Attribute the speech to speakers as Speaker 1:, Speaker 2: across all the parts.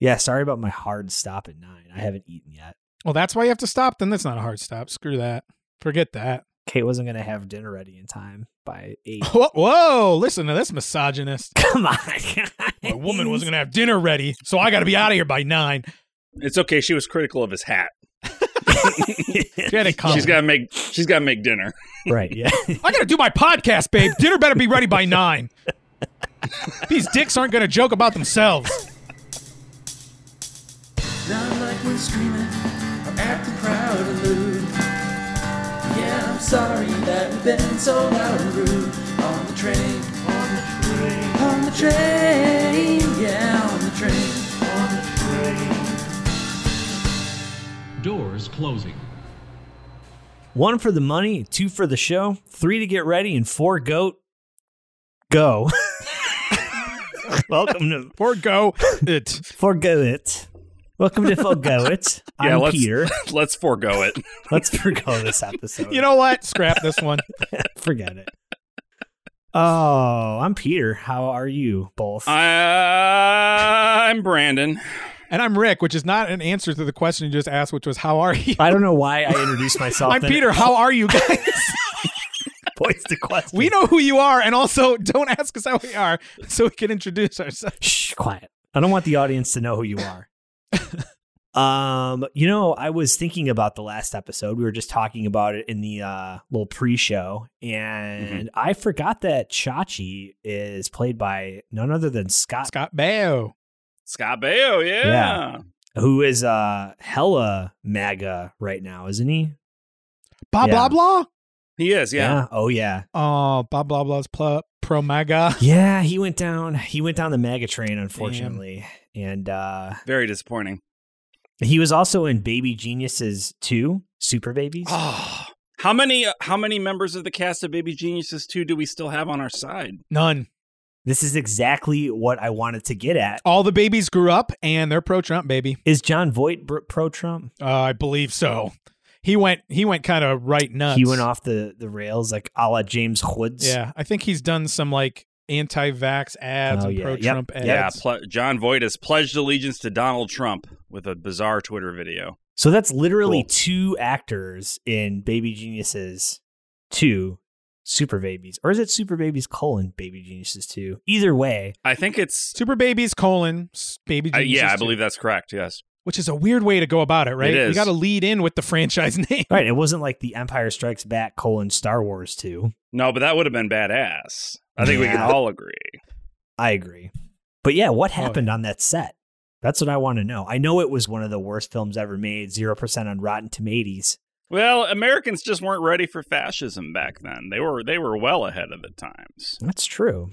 Speaker 1: Yeah, sorry about my hard stop at nine. I haven't eaten yet.
Speaker 2: Well, that's why you have to stop. Then that's not a hard stop. Screw that. Forget that.
Speaker 1: Kate wasn't gonna have dinner ready in time by eight.
Speaker 2: Whoa, whoa listen to this misogynist.
Speaker 1: Come on,
Speaker 2: A woman wasn't going to have dinner ready, so I got to be out of here by nine.
Speaker 3: It's okay. She was critical of his hat.
Speaker 1: gonna.
Speaker 2: She had it coming.
Speaker 3: She's got to make. She's got to make dinner.
Speaker 1: right? Yeah.
Speaker 2: I got to do my podcast, babe. Dinner better be ready by nine. These dicks aren't going to joke about themselves.
Speaker 4: Not like we're screaming or acting proud and lewd. Yeah, I'm sorry that we've been so loud and rude on the train. On the train. On the train. Yeah, on the train. On the train.
Speaker 5: Doors closing.
Speaker 1: One for the money, two for the show, three to get ready, and four goat. Go. Welcome to
Speaker 2: Or go it.
Speaker 1: Forgo It. Welcome to Forgo It. I'm
Speaker 3: let's,
Speaker 1: Peter.
Speaker 3: Let's forego it.
Speaker 1: Let's forgo this episode.
Speaker 2: You know what? Scrap this one.
Speaker 1: forget it. Oh, I'm Peter. How are you both?
Speaker 3: I'm Brandon.
Speaker 2: And I'm Rick, which is not an answer to the question you just asked, which was, How are you?
Speaker 1: I don't know why I introduced myself.
Speaker 2: I'm
Speaker 1: and it
Speaker 2: Peter. How are you guys?
Speaker 1: Points the question.
Speaker 2: We know who you are, and also don't ask us how we are so we can introduce ourselves.
Speaker 1: Shh, quiet. I don't want the audience to know who you are. um, you know, I was thinking about the last episode. We were just talking about it in the uh, little pre-show, and I forgot that Chachi is played by none other than Scott,
Speaker 2: Scott Baio.
Speaker 3: Scott Baio. Yeah.
Speaker 1: Yeah. who is uh hella MAGA right now, isn't he?
Speaker 2: Blah,
Speaker 1: Yeah.
Speaker 2: blah, blah.
Speaker 3: He is. Yeah.
Speaker 1: Oh yeah.
Speaker 2: Oh, blah, blah, blah's pl- pro maga.
Speaker 1: Yeah, he went down. He went down the MAGA train, unfortunately, and uh
Speaker 3: Very disappointing.
Speaker 1: he was also in Baby Geniuses two, Super Babies.
Speaker 3: Oh. How many how many members of the cast of Baby Geniuses 2 do we still have on our side?
Speaker 2: None.
Speaker 1: This is exactly what I wanted to get at.
Speaker 2: All the babies grew up and they're pro Trump, baby.
Speaker 1: Is John Voight br- pro Trump?
Speaker 2: Uh, I believe so. He went he went kind of right nuts.
Speaker 1: He went off the, the rails like a la James Woods.
Speaker 2: Yeah. I think he's done some like anti vax ads
Speaker 1: Oh,
Speaker 2: and
Speaker 1: yeah.
Speaker 2: pro
Speaker 1: Yep.
Speaker 2: Trump ads.
Speaker 3: Yeah, ple- John Voight has pledged allegiance to Donald Trump with a bizarre Twitter video.
Speaker 1: So that's literally
Speaker 3: Cool.
Speaker 1: two actors in Baby Geniuses 2, Super Babies. Or is it Super Babies colon Baby Geniuses 2? Either way,
Speaker 3: I think it's
Speaker 2: Super babies colon s- baby
Speaker 1: Uh,
Speaker 3: I,
Speaker 2: Jesus
Speaker 3: yeah, I
Speaker 2: too.
Speaker 3: believe that's correct. Yes.
Speaker 2: which is a weird way to go about it, right?
Speaker 3: It
Speaker 2: You
Speaker 3: is.
Speaker 2: got to lead in with the franchise name.
Speaker 1: right, it wasn't like The Empire Strikes Back colon Star Wars 2.
Speaker 3: No, but that would have been badass. I think we can
Speaker 1: Yeah.
Speaker 3: all agree.
Speaker 1: I agree. But yeah, what happened on that set? That's what I want to know. I know it was one of the worst films ever made, 0% on Rotten Tomatoes.
Speaker 3: Well, Americans just weren't ready for fascism back then. They were they were well ahead of the times.
Speaker 1: That's true.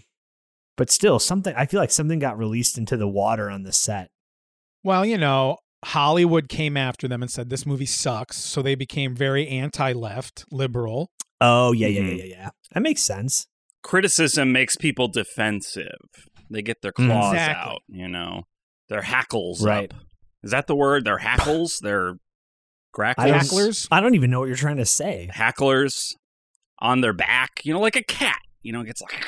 Speaker 1: But still, something I feel like something got released into the water on the set.
Speaker 2: Well, you know, Hollywood came after them and said this movie sucks, so they became very anti-left, liberal.
Speaker 1: Oh yeah, yeah,
Speaker 3: Mhm.
Speaker 1: yeah, yeah, yeah. That makes sense.
Speaker 3: Criticism makes people defensive. They get their
Speaker 1: Mm.
Speaker 3: claws
Speaker 2: Exactly.
Speaker 3: out, you know. Their hackles
Speaker 1: Right.
Speaker 3: up. Is that the word? Their hackles? Their
Speaker 1: I don't-
Speaker 3: grackles?
Speaker 2: Hacklers?
Speaker 1: I don't even know what you're trying to say.
Speaker 3: hacklers on their back, you know, like a cat. You know, it gets like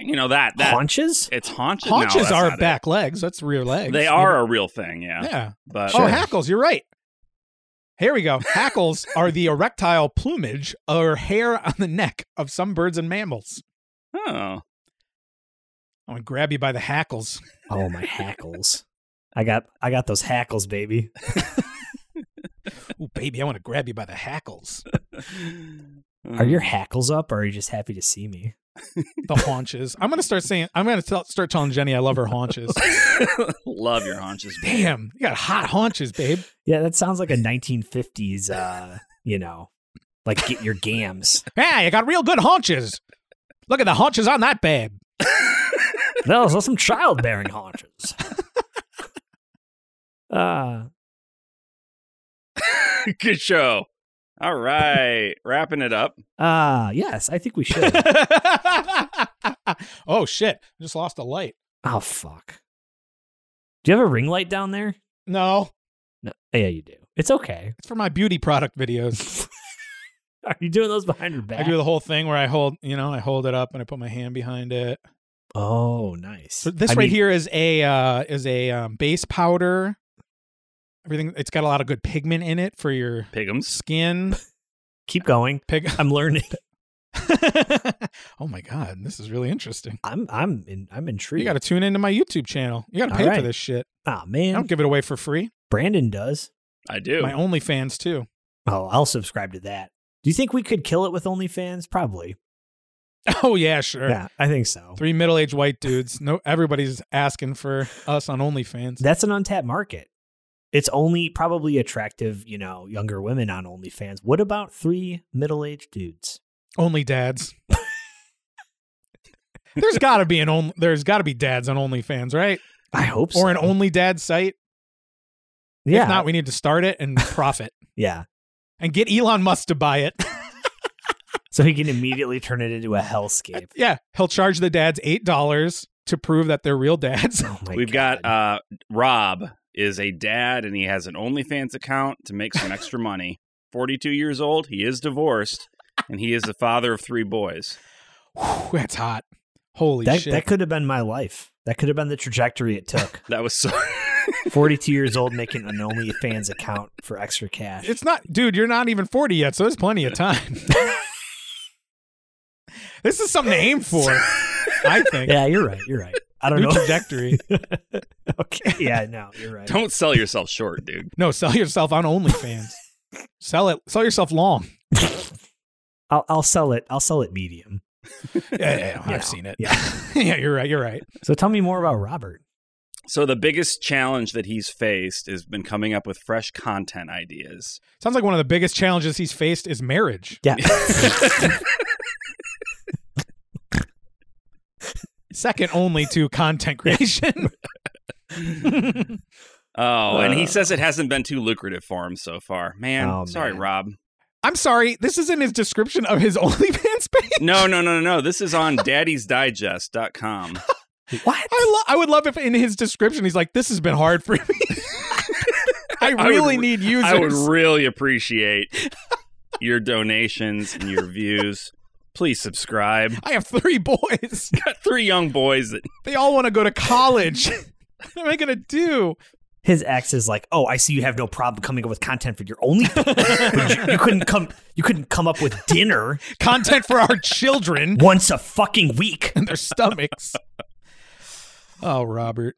Speaker 3: you know that that
Speaker 1: Haunches?
Speaker 3: it's haunches. No,
Speaker 2: Haunches
Speaker 3: that's
Speaker 2: are
Speaker 3: not it.
Speaker 2: back legs. That's rear legs.
Speaker 3: They are a real thing, yeah.
Speaker 2: Yeah.
Speaker 3: But
Speaker 2: Oh, hackles. You're right. Here we go. Hackles are the erectile plumage or hair on the neck of some birds and mammals.
Speaker 3: Oh.
Speaker 2: I'm gonna grab you by the hackles.
Speaker 1: Oh my hackles. I got I got those hackles, baby.
Speaker 2: Ooh, baby, I want to grab you by the hackles.
Speaker 1: Are your hackles up or are you just happy to see me?
Speaker 2: The haunches. I'm gonna start saying. I'm gonna tell, start telling Jenny I love her haunches.
Speaker 3: love your haunches? babe.
Speaker 2: Damn, you got hot haunches, babe.
Speaker 1: Yeah, that sounds like a 1950s uh, you know, like get your gams.
Speaker 2: Yeah, you got real good haunches. Look at the haunches on that babe.
Speaker 1: Those are some childbearing haunches. Uh,
Speaker 3: Good show. All right, wrapping it up.
Speaker 1: uh, yes, I think we should.
Speaker 2: oh shit! I just lost a light.
Speaker 1: Oh fuck. Do you have a ring light down there?
Speaker 2: No,
Speaker 1: No. Yeah, you do. It's okay.
Speaker 2: it's for my beauty product videos.
Speaker 1: Are you doing those behind your back?
Speaker 2: I do the whole thing where I hold, you know, I hold it up and I put my hand behind it.
Speaker 1: Oh, nice.
Speaker 2: So this
Speaker 1: I
Speaker 2: right
Speaker 1: mean,
Speaker 2: here is a uh, is a um, base powder. Everything it's got a lot of good pigment in it for your
Speaker 3: Pigums.
Speaker 2: skin.
Speaker 1: Keep going.
Speaker 2: Pig.
Speaker 1: I'm learning.
Speaker 2: oh my god, this is really interesting.
Speaker 1: I'm I'm in, I'm intrigued.
Speaker 2: You got to tune into my YouTube channel. You got to
Speaker 1: All
Speaker 2: pay
Speaker 1: right.
Speaker 2: for this shit.
Speaker 1: Ah
Speaker 2: I
Speaker 1: man,
Speaker 2: don't give it away for free.
Speaker 1: Brandon does.
Speaker 3: I do.
Speaker 2: My OnlyFans too.
Speaker 1: Oh, I'll subscribe to that. Do you think we could kill it with OnlyFans? Probably.
Speaker 2: Oh yeah, sure.
Speaker 1: Yeah, I think so.
Speaker 2: Three middle-aged white dudes. No, everybody's asking for us on OnlyFans.
Speaker 1: That's an untapped market. It's only probably attractive, you know, younger women on OnlyFans. What about three middle-aged dudes?
Speaker 2: Only dads. there's got to be an only. There's got to be dads on OnlyFans, right?
Speaker 1: I hope so.
Speaker 2: Or an only dad site.
Speaker 1: Yeah,
Speaker 2: If not, we need to start it and profit
Speaker 1: yeah.
Speaker 2: and get Elon Musk to buy it.
Speaker 1: So he can immediately turn it into a hellscape.
Speaker 2: yeah, he'll charge the dads eight dollars to prove that they're real dads.
Speaker 1: Oh my
Speaker 3: We've
Speaker 1: God.
Speaker 3: got uh, Rob is a dad and he has an OnlyFans account to make some extra money. 42 years old. He is divorced and he is the father of three boys.
Speaker 2: Whew, that's hot. Holy
Speaker 1: that,
Speaker 2: shit!
Speaker 1: that could have been my life. That could have been the trajectory it took.
Speaker 3: That was so.
Speaker 1: 42 years old making an OnlyFans account for extra cash.
Speaker 2: It's not, dude. You're not even forty yet, so there's plenty of time. this is something to aim for. I think.
Speaker 1: yeah, you're right. You're right. I don't
Speaker 2: New
Speaker 1: know.
Speaker 2: trajectory.
Speaker 1: okay. Yeah, no, you're right.
Speaker 3: Don't sell yourself short, dude.
Speaker 2: No, sell yourself on OnlyFans. sell it. Sell yourself long.
Speaker 1: I'll, I'll sell it. I'll sell it medium.
Speaker 2: Yeah, yeah, yeah, I've
Speaker 1: Yeah.
Speaker 2: seen it.
Speaker 1: Yeah.
Speaker 2: yeah, you're right. You're right.
Speaker 1: So tell me more about Robert.
Speaker 3: So the biggest challenge that he's faced has been coming up with fresh content ideas.
Speaker 2: Sounds like one of the biggest challenges he's faced is marriage.
Speaker 1: Yeah.
Speaker 2: Second only to content creation.
Speaker 3: Oh, and he says it hasn't been too lucrative for him so far. Man,
Speaker 1: Oh,
Speaker 3: sorry,
Speaker 1: man.
Speaker 3: Rob.
Speaker 2: I'm sorry. This isn't his description of his OnlyFans page.
Speaker 3: No, no, no, no, no. This is on daddiesdigest.com.
Speaker 1: what?
Speaker 2: I lo- I would love if in his description he's like, "This has been hard for me. I
Speaker 3: would
Speaker 2: really
Speaker 3: re-
Speaker 2: need users."
Speaker 3: I would really appreciate your donations and your views. Please subscribe.
Speaker 2: I have three boys.
Speaker 3: Got three young boys that
Speaker 2: They all want to go to college. what am I gonna do?
Speaker 1: His ex is like, "Oh, I see you have no problem coming up with content for your only. but you, you couldn't come. You couldn't come up with dinner
Speaker 2: Content for our children
Speaker 1: once a fucking week."
Speaker 2: and their stomachs. Oh, Robert.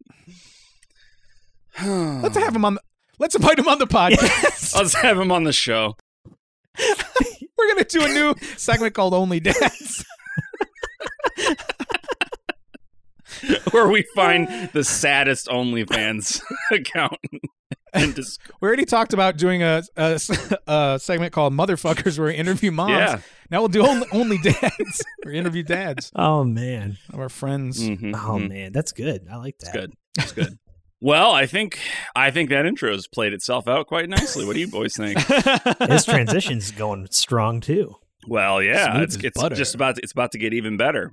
Speaker 2: Let's have him on. The, let's invite him on the podcast.
Speaker 3: Let's have him on the show.
Speaker 2: We're gonna do a new segment called Only Dads.
Speaker 3: Where we find the saddest OnlyFans account and just
Speaker 2: We already talked about doing a, a, a segment called Motherfuckers, where we interview moms.
Speaker 3: Yeah.
Speaker 2: Now we'll do only, only dads. we interview dads
Speaker 1: Oh man.
Speaker 2: of our friends.
Speaker 3: Mhm,
Speaker 1: Oh
Speaker 3: mhm.
Speaker 1: man, that's good. I like that.
Speaker 3: good. It's good. Well, I think I think that intro has played itself out quite nicely. What do you boys think?
Speaker 1: His transition's going strong too.
Speaker 3: Well, yeah,
Speaker 2: Smooth
Speaker 3: it's,
Speaker 2: as butter.
Speaker 3: it's just about it's about to get even better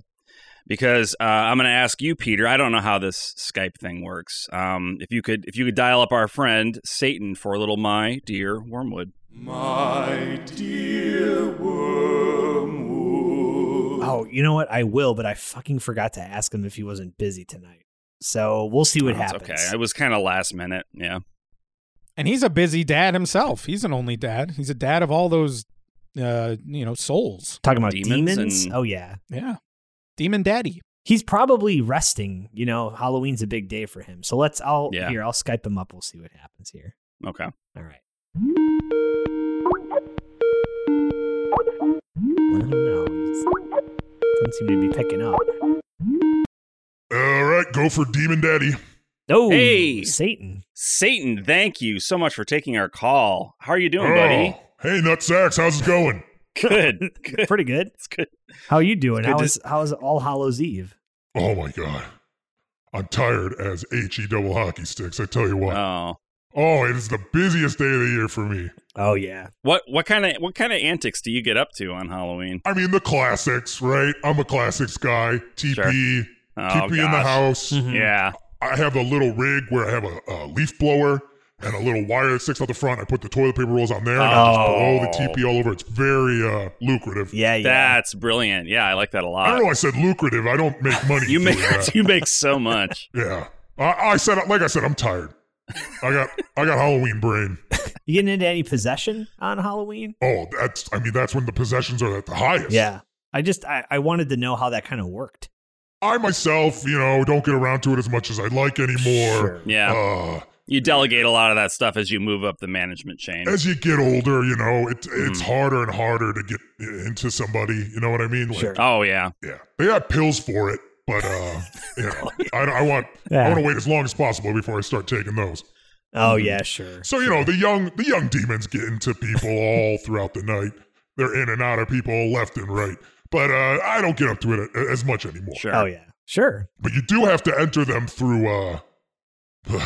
Speaker 3: because uh, I'm going to ask you, Peter. I don't know how this Skype thing works. Um, if you could, if you could dial up our friend Satan for a little, my dear Wormwood.
Speaker 4: My dear Wormwood.
Speaker 1: Oh, you know what? I will, but I fucking forgot to ask him if he wasn't busy tonight. So we'll see what
Speaker 3: Oh, That's
Speaker 1: happens.
Speaker 3: Okay, it was kind of last minute. Yeah,
Speaker 2: And he's a busy dad himself. He's an only dad. He's a dad of all those, uh, you know, souls.
Speaker 1: Talking about demons.
Speaker 3: Demons and-
Speaker 1: Oh yeah.
Speaker 2: Yeah. Demon daddy.
Speaker 1: He's probably resting. You know, Halloween's a big day for him. So let's. I'll
Speaker 3: Yeah.
Speaker 1: here. I'll Skype him up. We'll see what happens here.
Speaker 3: okay.
Speaker 1: All right. I don't know. He's- Doesn't seem to be picking up.
Speaker 5: All right, go for Demon Daddy.
Speaker 1: Oh,
Speaker 3: Hey!
Speaker 1: Satan.
Speaker 3: Satan, thank you so much for taking our call. How are you doing, buddy?
Speaker 5: Oh, hey, Nutsacks, how's it going?
Speaker 3: Good. good.
Speaker 1: Pretty good.
Speaker 3: It's good.
Speaker 1: How you doing?
Speaker 3: It's good
Speaker 1: How
Speaker 3: to-
Speaker 1: is how is All Hallows Eve?
Speaker 5: Oh my god, I'm tired as he double hockey sticks. I tell you what.
Speaker 3: Oh,
Speaker 5: oh, it is the busiest day of the year for me.
Speaker 1: Oh yeah.
Speaker 3: what what kind of what kind of antics do you get up to on Halloween?
Speaker 5: I mean, the classics, right? I'm a classics guy. TP,
Speaker 3: Sure.
Speaker 5: keep
Speaker 3: Oh,
Speaker 5: me in the
Speaker 3: gosh.
Speaker 5: house. Mm-hmm.
Speaker 1: Mhm.
Speaker 3: Yeah.
Speaker 5: I have a little rig where I have a, a leaf blower and a little wire that sticks out the front. I put the toilet paper rolls on there and I just blow the
Speaker 3: Oh.
Speaker 5: teepee all over. It's very uh, lucrative.
Speaker 1: Yeah, yeah.
Speaker 3: That's brilliant. Yeah, I like that a
Speaker 5: I
Speaker 3: lot.
Speaker 5: don't know. why I said lucrative. I don't make money.
Speaker 3: You
Speaker 5: doing
Speaker 3: make
Speaker 5: that.
Speaker 3: you make so much.
Speaker 5: yeah. I, I said, like I said, I'm tired. I got, I got Halloween brain.
Speaker 1: You getting into any possession on Halloween?
Speaker 5: Oh, that's. I mean, that's when the possessions are at the highest.
Speaker 1: Yeah. I just I, I wanted to know how that kind of worked.
Speaker 5: I myself, you know, don't get around to it as much as I'd like anymore.
Speaker 1: Sure.
Speaker 3: Oh, Yeah,
Speaker 5: Uh,
Speaker 3: you delegate a lot of that stuff as you move up the management chain.
Speaker 5: as you get older, you know, it, it's
Speaker 3: Mhm.
Speaker 1: Mm-hmm.
Speaker 5: harder and harder to get into somebody. You know what I mean? Like,
Speaker 1: Sure.
Speaker 3: Oh yeah,
Speaker 5: Yeah, they got pills for it, but uh, you know, I, I want I
Speaker 1: Yeah.
Speaker 5: want to wait as long as possible before I start taking those.
Speaker 1: Oh yeah, sure.
Speaker 5: So you know, the young the young demons get into people all throughout the night. They're in and out of people left and right. But uh, I don't get up to it a- as much anymore.
Speaker 3: sure.
Speaker 1: Oh yeah. Sure.
Speaker 5: But you do have to enter them through. uh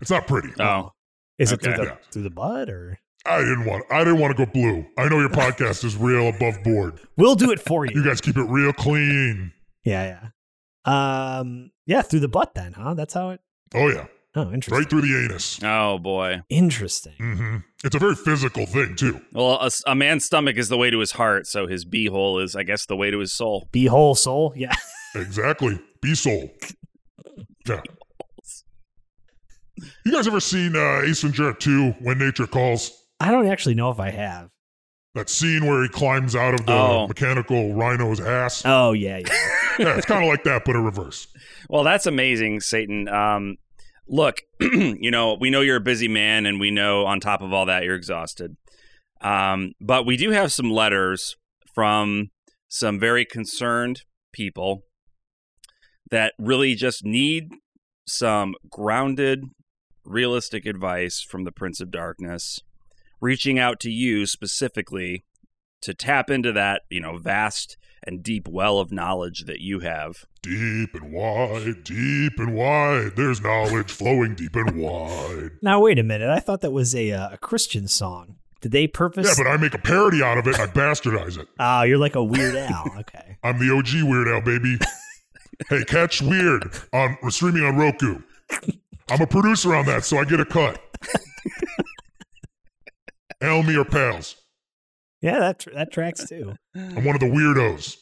Speaker 5: It's not pretty.
Speaker 3: Oh,
Speaker 1: Is it
Speaker 3: Okay.
Speaker 1: through the
Speaker 5: Yeah.
Speaker 1: through the bud or
Speaker 5: I didn't want. I didn't want to go blue. I know your podcast is real above board.
Speaker 1: we'll do it for you.
Speaker 5: You guys keep it real clean.
Speaker 1: yeah, yeah. Um yeah, through the butt then, huh? That's how it
Speaker 5: Oh yeah,
Speaker 1: Oh, interesting.
Speaker 5: right through the anus.
Speaker 3: oh boy.
Speaker 1: Interesting.
Speaker 5: hmm It's a very physical thing too.
Speaker 3: Well, a, s- a man's stomach is the way to his heart, so his beehole is, I guess, the way to his soul.
Speaker 1: Be whole soul. Yeah.
Speaker 5: Exactly. Be soul. Yeah. You guys ever seen uh, Ace Ventura 2 When Nature Calls?
Speaker 1: I don't actually know if I have.
Speaker 5: That scene where he climbs out of the
Speaker 3: Oh.
Speaker 5: mechanical rhino's ass?
Speaker 1: Oh yeah, yeah.
Speaker 5: Yeah, it's kind of like that, but in reverse.
Speaker 3: Well, that's amazing, Satan. Um, look, you know, we know you're a busy man, and we know on top of all that, you're exhausted. Um, but we do have some letters from some very concerned people that really just need some grounded, realistic advice from the Prince of Darkness, reaching out to you specifically to tap into that, you know, vast and deep well of knowledge that you have.
Speaker 5: Deep and wide, deep and wide. There's knowledge flowing deep and wide.
Speaker 1: Now wait a minute. I thought that was a uh, a Christian song. Did they purpose
Speaker 5: Yeah, but I make a parody out of it. and I bastardize it.
Speaker 1: Oh, you're like a weird owl. Okay.
Speaker 5: I'm the OG Weird Al, baby. hey, catch Weird on we're streaming on Roku. I'm a producer on that, so I get a cut. Al me or pals.
Speaker 1: Yeah, that tr- that tracks too.
Speaker 5: I'm one of the weirdos.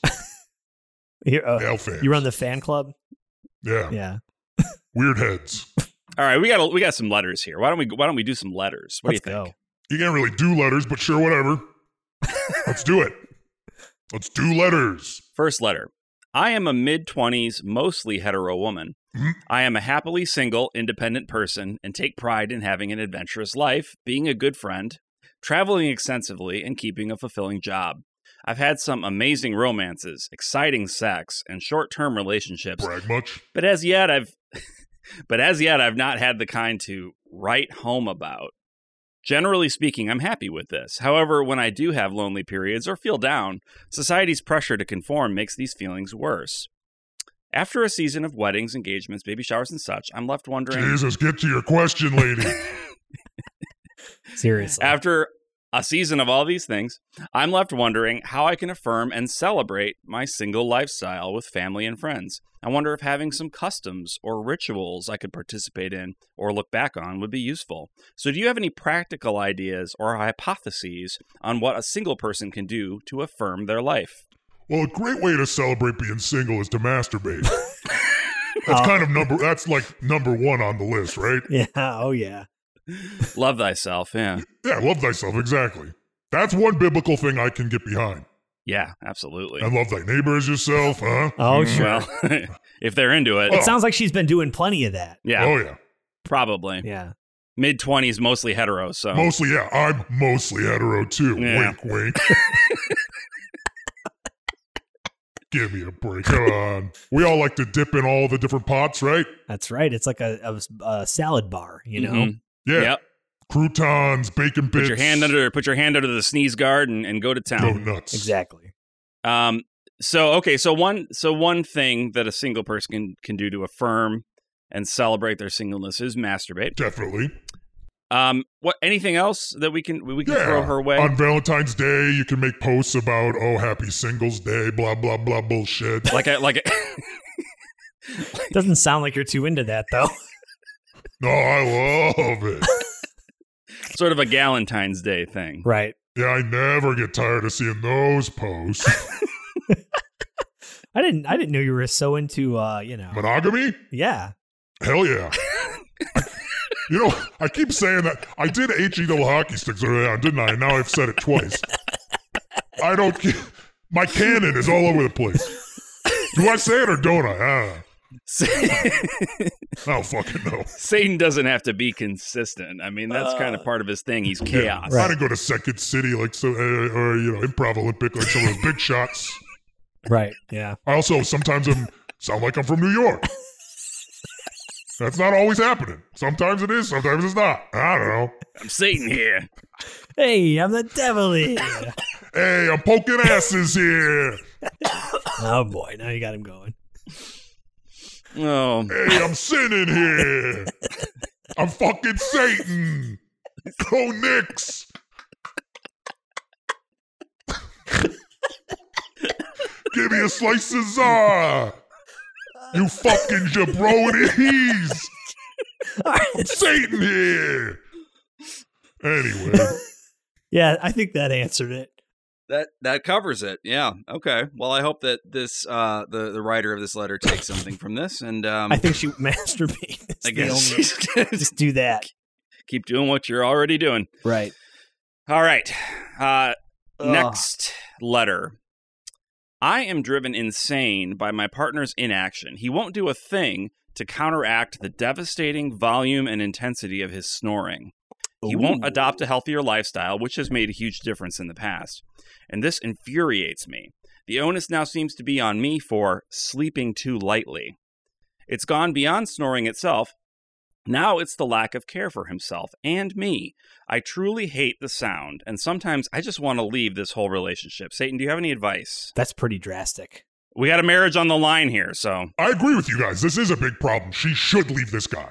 Speaker 1: You're, uh,
Speaker 5: Al fans.
Speaker 1: you run the fan club?
Speaker 5: yeah.
Speaker 1: Yeah.
Speaker 5: Weird heads.
Speaker 3: All right, we got we got some letters here. Why don't we why don't we do some letters? What
Speaker 1: Let's
Speaker 3: do you think?
Speaker 1: go.
Speaker 5: You can't really do letters, but sure, whatever. Let's do it. Let's do letters.
Speaker 3: First letter. I am a mid 20s mostly hetero woman.
Speaker 1: Mm-hmm.
Speaker 5: Mhm.
Speaker 3: I am a happily single, independent person and take pride in having an adventurous life, being a good friend, traveling extensively and keeping a fulfilling job. I've had some amazing romances, exciting sex, and short-term relationships,
Speaker 5: Brag much.
Speaker 3: but as yet I've but as yet I've not had the kind to write home about. Generally speaking, I'm happy with this. However, when I do have lonely periods or feel down, society's pressure to conform makes these feelings worse. After a season of weddings, engagements, baby showers, and such, I'm left wondering
Speaker 5: Jesus, get to your question, lady.
Speaker 1: Seriously.
Speaker 3: after a season of all these things, I'm left wondering how I can affirm and celebrate my single lifestyle with family and friends. I wonder if having some customs or rituals I could participate in or look back on would be useful. So, do you have any practical ideas or hypotheses on what a single person can do to affirm their life?
Speaker 5: well, a great way to celebrate being single is to masturbate. That's
Speaker 3: Uh,
Speaker 1: Oh.
Speaker 5: kind of number. That's like number one on the list, right?
Speaker 1: yeah. Oh, yeah.
Speaker 3: Love thyself. Yeah.
Speaker 5: Yeah, love thyself. Exactly. That's one biblical thing I can get behind.
Speaker 3: Yeah, absolutely.
Speaker 5: And love thy neighbor as yourself, huh?
Speaker 1: Oh, sure.
Speaker 3: Well, if they're into it.
Speaker 5: Oh.
Speaker 1: It sounds like she's been doing plenty of that.
Speaker 3: Yeah,
Speaker 5: Oh yeah.
Speaker 3: probably.
Speaker 1: Yeah.
Speaker 3: Mid 20s, mostly hetero. So,
Speaker 5: Mostly, yeah. I'm mostly hetero too.
Speaker 3: Oh. Yeah.
Speaker 5: Wink, wink. Give me a break. Come on. We all like to dip in all the different pots, right?
Speaker 1: That's right. It's like a, a, a salad bar, you know?
Speaker 3: Mhm.
Speaker 5: Yeah.
Speaker 3: Yep.
Speaker 5: Croutons, bacon bits.
Speaker 3: Put your hand under put your hand under the sneeze guard and, and go to
Speaker 5: Go
Speaker 3: town.
Speaker 5: nuts.
Speaker 1: Exactly.
Speaker 3: Um so okay, so one so one thing that a single person can, can do to affirm and celebrate their singleness is masturbate.
Speaker 5: Definitely.
Speaker 3: Um what anything else that we can we can
Speaker 5: Yeah.
Speaker 3: throw her way?
Speaker 5: On Valentine's Day, you can make posts about oh, happy Singles Day, blah blah blah bullshit.
Speaker 3: like a like a
Speaker 1: Doesn't sound like you're too into that, though.
Speaker 5: No, I love it.
Speaker 3: Sort of a Galentine's Day thing.
Speaker 1: Right.
Speaker 5: Yeah, I never get tired of seeing those posts.
Speaker 1: I didn't I didn't know you were so into uh, you know.
Speaker 5: Monogamy?
Speaker 1: Yeah.
Speaker 5: Hell yeah. you know, I keep saying that. I did HE double hockey sticks earlier on, didn't I? And now I've said it twice. I don't. ge- My cannon is all over the place. Do I say it or don't I? I don't, know. I don't fucking know.
Speaker 3: Satan doesn't have to be consistent. I mean, that's kind of part of his thing. He's chaos.
Speaker 1: Right.
Speaker 5: I didn't go to Second City like so, uh, or you know, Improv Olympic like some of those big shots.
Speaker 1: Right. Yeah.
Speaker 5: I also sometimes am sound like I'm from New York. That's not always happening. Sometimes it is, sometimes it's not. I don't know.
Speaker 3: I'm Satan here.
Speaker 1: Hey, I'm the devil here.
Speaker 5: Hey, I'm poking asses here.
Speaker 1: oh boy, now you got him going.
Speaker 3: Oh,
Speaker 5: Hey, I'm sinning here. I'm fucking Satan. Go Knicks. Give me a slice of czar. You fucking jabronis.
Speaker 1: All right.
Speaker 5: Satan here. Anyway,
Speaker 1: Yeah, I think that answered it.
Speaker 6: That that covers it. Yeah. Okay. Well, I hope that this uh the the writer of this letter takes something from this and um
Speaker 1: I think she masturbates.
Speaker 6: I guess
Speaker 1: just do that.
Speaker 3: keep doing what you're already doing.
Speaker 1: Right.
Speaker 3: All right. Uh,
Speaker 6: Ugh.
Speaker 3: next letter. I am driven insane by my partner's inaction. He won't do a thing to counteract the devastating volume and intensity of his snoring. He won't adopt a healthier lifestyle, which has made a huge difference in the past. And this infuriates me. The onus now seems to be on me for sleeping too lightly. It's gone beyond snoring itself. Now it's the lack of care for himself and me. I truly hate the sound, and sometimes I just want to leave this whole relationship. Satan, do you have any advice?
Speaker 1: That's pretty drastic.
Speaker 3: We got a marriage on the line here, so.
Speaker 5: I agree with you guys. This is a big problem. She should leave this guy.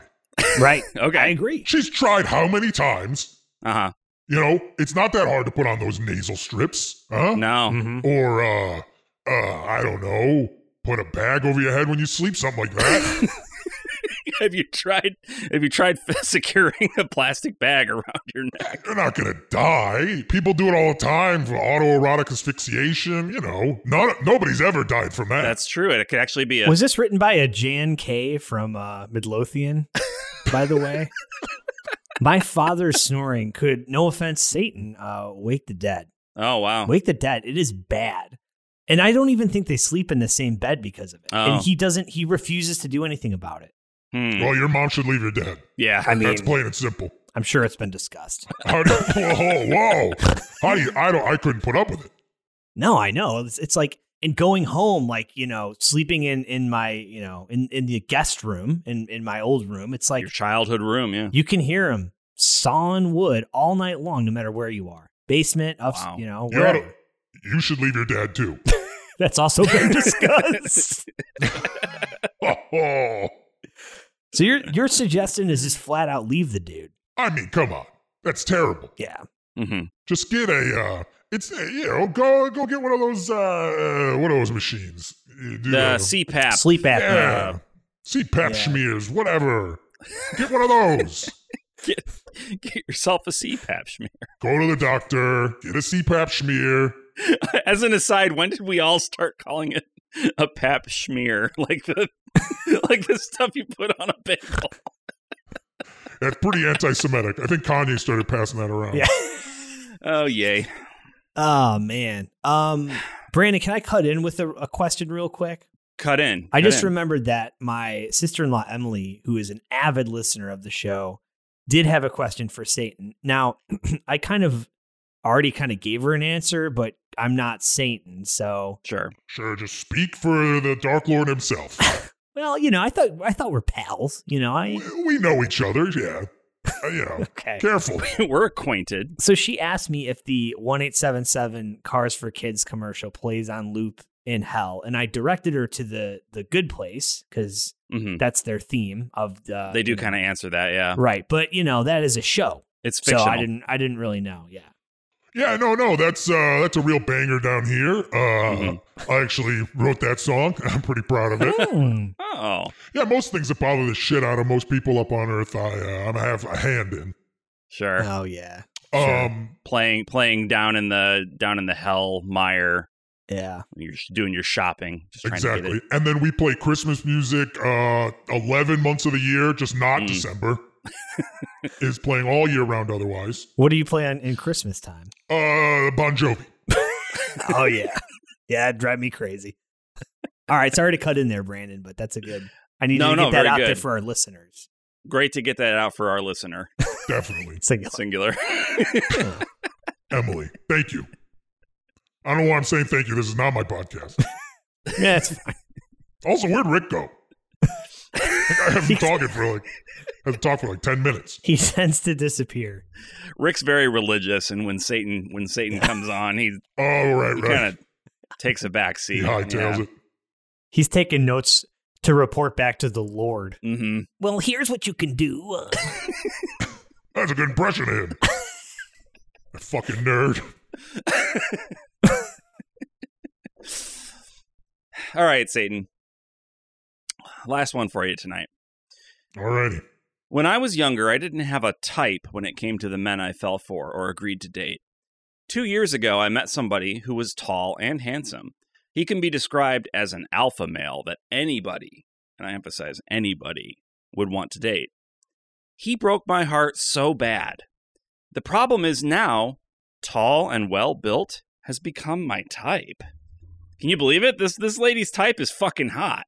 Speaker 1: Right. I
Speaker 3: Okay.
Speaker 1: agree.
Speaker 5: She's tried how many times?
Speaker 3: Uh huh.
Speaker 5: You know, it's not that hard to put on those nasal strips, huh?
Speaker 3: No.
Speaker 1: Mhm.
Speaker 5: Or, uh, uh, I don't know, put a bag over your head when you sleep, something like that.
Speaker 3: have you tried? Have you tried securing a plastic bag around your neck?
Speaker 5: You're not gonna die. People do it all the time for autoerotic asphyxiation. You know, not, nobody's ever died from that.
Speaker 3: That's true. It could actually be a
Speaker 1: Was this written by a Jan K from uh, Midlothian? by the way, my father's snoring could, no offense, Satan, uh, wake the dead.
Speaker 3: Oh wow.
Speaker 1: Wake the dead. It is bad, and I don't even think they sleep in the same bed because of it.
Speaker 3: Oh.
Speaker 1: And he doesn't. He refuses to do anything about it.
Speaker 3: Hmm.
Speaker 5: well, your mom should leave your dad.
Speaker 3: Yeah.
Speaker 1: I mean,
Speaker 5: That's plain and simple.
Speaker 1: I'm sure it's been discussed.
Speaker 5: How do you, whoa, whoa. How do you, I don't, I couldn't put up with it.
Speaker 1: No, I know. It's, it's like and going home, like you know, sleeping in in my you know in in the guest room in in my old room. It's like
Speaker 3: Your childhood room. Yeah.
Speaker 1: you can hear him sawing wood all night long, no matter where you are, basement, up,
Speaker 3: Wow.
Speaker 1: you know,
Speaker 5: You, ought
Speaker 1: wherever.
Speaker 5: to, you should leave your dad too.
Speaker 1: That's also been discussed.
Speaker 5: Oh,
Speaker 1: so your your suggestion is just flat out leave the dude.
Speaker 5: I mean, come on. That's terrible.
Speaker 1: Yeah.
Speaker 3: hmm
Speaker 5: Just get a, uh, it's, uh, you know, go, go get one of those, uh, uh, one of those machines. You do
Speaker 3: The
Speaker 5: the-
Speaker 3: CPAP.
Speaker 1: Sleep apnea.
Speaker 5: yeah. CPAP
Speaker 1: Yeah.
Speaker 5: schmears, whatever. Get one of those.
Speaker 3: Get yourself a CPAP schmear.
Speaker 5: go to the doctor, get a CPAP schmear.
Speaker 3: As an aside, when did we all start calling it a pap schmear? Like the like the stuff you put on a bagel.
Speaker 5: That's pretty anti Semitic. I think Kanye started passing that around.
Speaker 1: Yeah.
Speaker 3: Oh yay.
Speaker 1: Oh man. Um Brandon, can I cut in with a, a question real quick?
Speaker 3: Cut in.
Speaker 1: I
Speaker 3: Cut
Speaker 1: just
Speaker 3: in.
Speaker 1: remembered that my sister in law, Emily, who is an avid listener of the show, did have a question for Satan. Now, I kind of already kind of gave her an answer, but I'm not Satan. So,
Speaker 3: Sure.
Speaker 5: Sure, just speak for the Dark Lord himself.
Speaker 1: well, you know, I thought, I thought we're pals, you know, I,
Speaker 5: we know each other, yeah. Uh, you know,
Speaker 1: okay.
Speaker 5: careful.
Speaker 3: We're acquainted.
Speaker 1: So she asked me if the 1877 Cars for Kids commercial plays on loop in hell. And I directed her to the, the good place because
Speaker 3: hmm
Speaker 1: that's their theme of the,
Speaker 3: They do kind of answer that. Yeah.
Speaker 1: of, right. But you know, that is a show.
Speaker 3: It's
Speaker 1: So
Speaker 3: fictional.
Speaker 1: I didn't, I didn't really know. Yeah.
Speaker 5: Yeah, no, no, that's uh, that's a real banger down here.
Speaker 3: Mm-hmm.
Speaker 5: Uh, I actually wrote that song. I'm pretty proud of it.
Speaker 1: Hmm.
Speaker 3: Oh,
Speaker 5: yeah, most things that bother the shit out of most people up on Earth, I uh, I'm have a hand in.
Speaker 3: sure.
Speaker 1: Oh yeah, Sure.
Speaker 5: Um,
Speaker 3: Playing playing down in the down in the hell mire.
Speaker 1: yeah.
Speaker 3: You're just doing your shopping, just trying to get
Speaker 5: exactly.
Speaker 3: it.
Speaker 5: And then we play Christmas music uh, 11 months of the year, just not
Speaker 3: Mm.
Speaker 5: December. is playing all year round otherwise.
Speaker 1: What do you play on in Christmas time?
Speaker 5: Uh, bon Jovi.
Speaker 1: Oh yeah, yeah. It'd drive me crazy. All right, sorry to cut in there, Brandon, but that's a good. I need
Speaker 3: No,
Speaker 1: to
Speaker 3: no,
Speaker 1: get that
Speaker 3: very
Speaker 1: out there
Speaker 3: good.
Speaker 1: for our listeners.
Speaker 3: Great to get that out for our listener,
Speaker 5: Definitely.
Speaker 1: Singular.
Speaker 3: singular.
Speaker 5: Emily, thank you. I don't know why I'm saying thank you. This is not my podcast.
Speaker 1: yeah, it's fine.
Speaker 5: Also, where'd Rick go? Like, I haven't talked for like I haven't talked for like ten minutes.
Speaker 1: he tends to disappear.
Speaker 3: Rick's very religious, and when Satan when Satan comes on, he,
Speaker 5: Oh right,
Speaker 3: he kind
Speaker 5: right.
Speaker 3: of takes a back
Speaker 5: He
Speaker 3: seat.
Speaker 5: hightails it.
Speaker 1: He's taking notes to report back to the Lord.
Speaker 3: Mm-hmm.
Speaker 1: Well, here's what you can do. Uh,
Speaker 5: That's a good impression of him. that fucking nerd.
Speaker 3: All right, Satan. Last one for you tonight.
Speaker 5: Alrighty.
Speaker 3: When I was younger, I didn't have a type when it came to the men I fell for or agreed to date. Two years ago, I met somebody who was tall and handsome. He can be described as an alpha male that anybody, and I emphasize anybody, would want to date. He broke my heart so bad. The problem is now, tall and well built has become my type. Can you believe it? This this lady's type is fucking hot.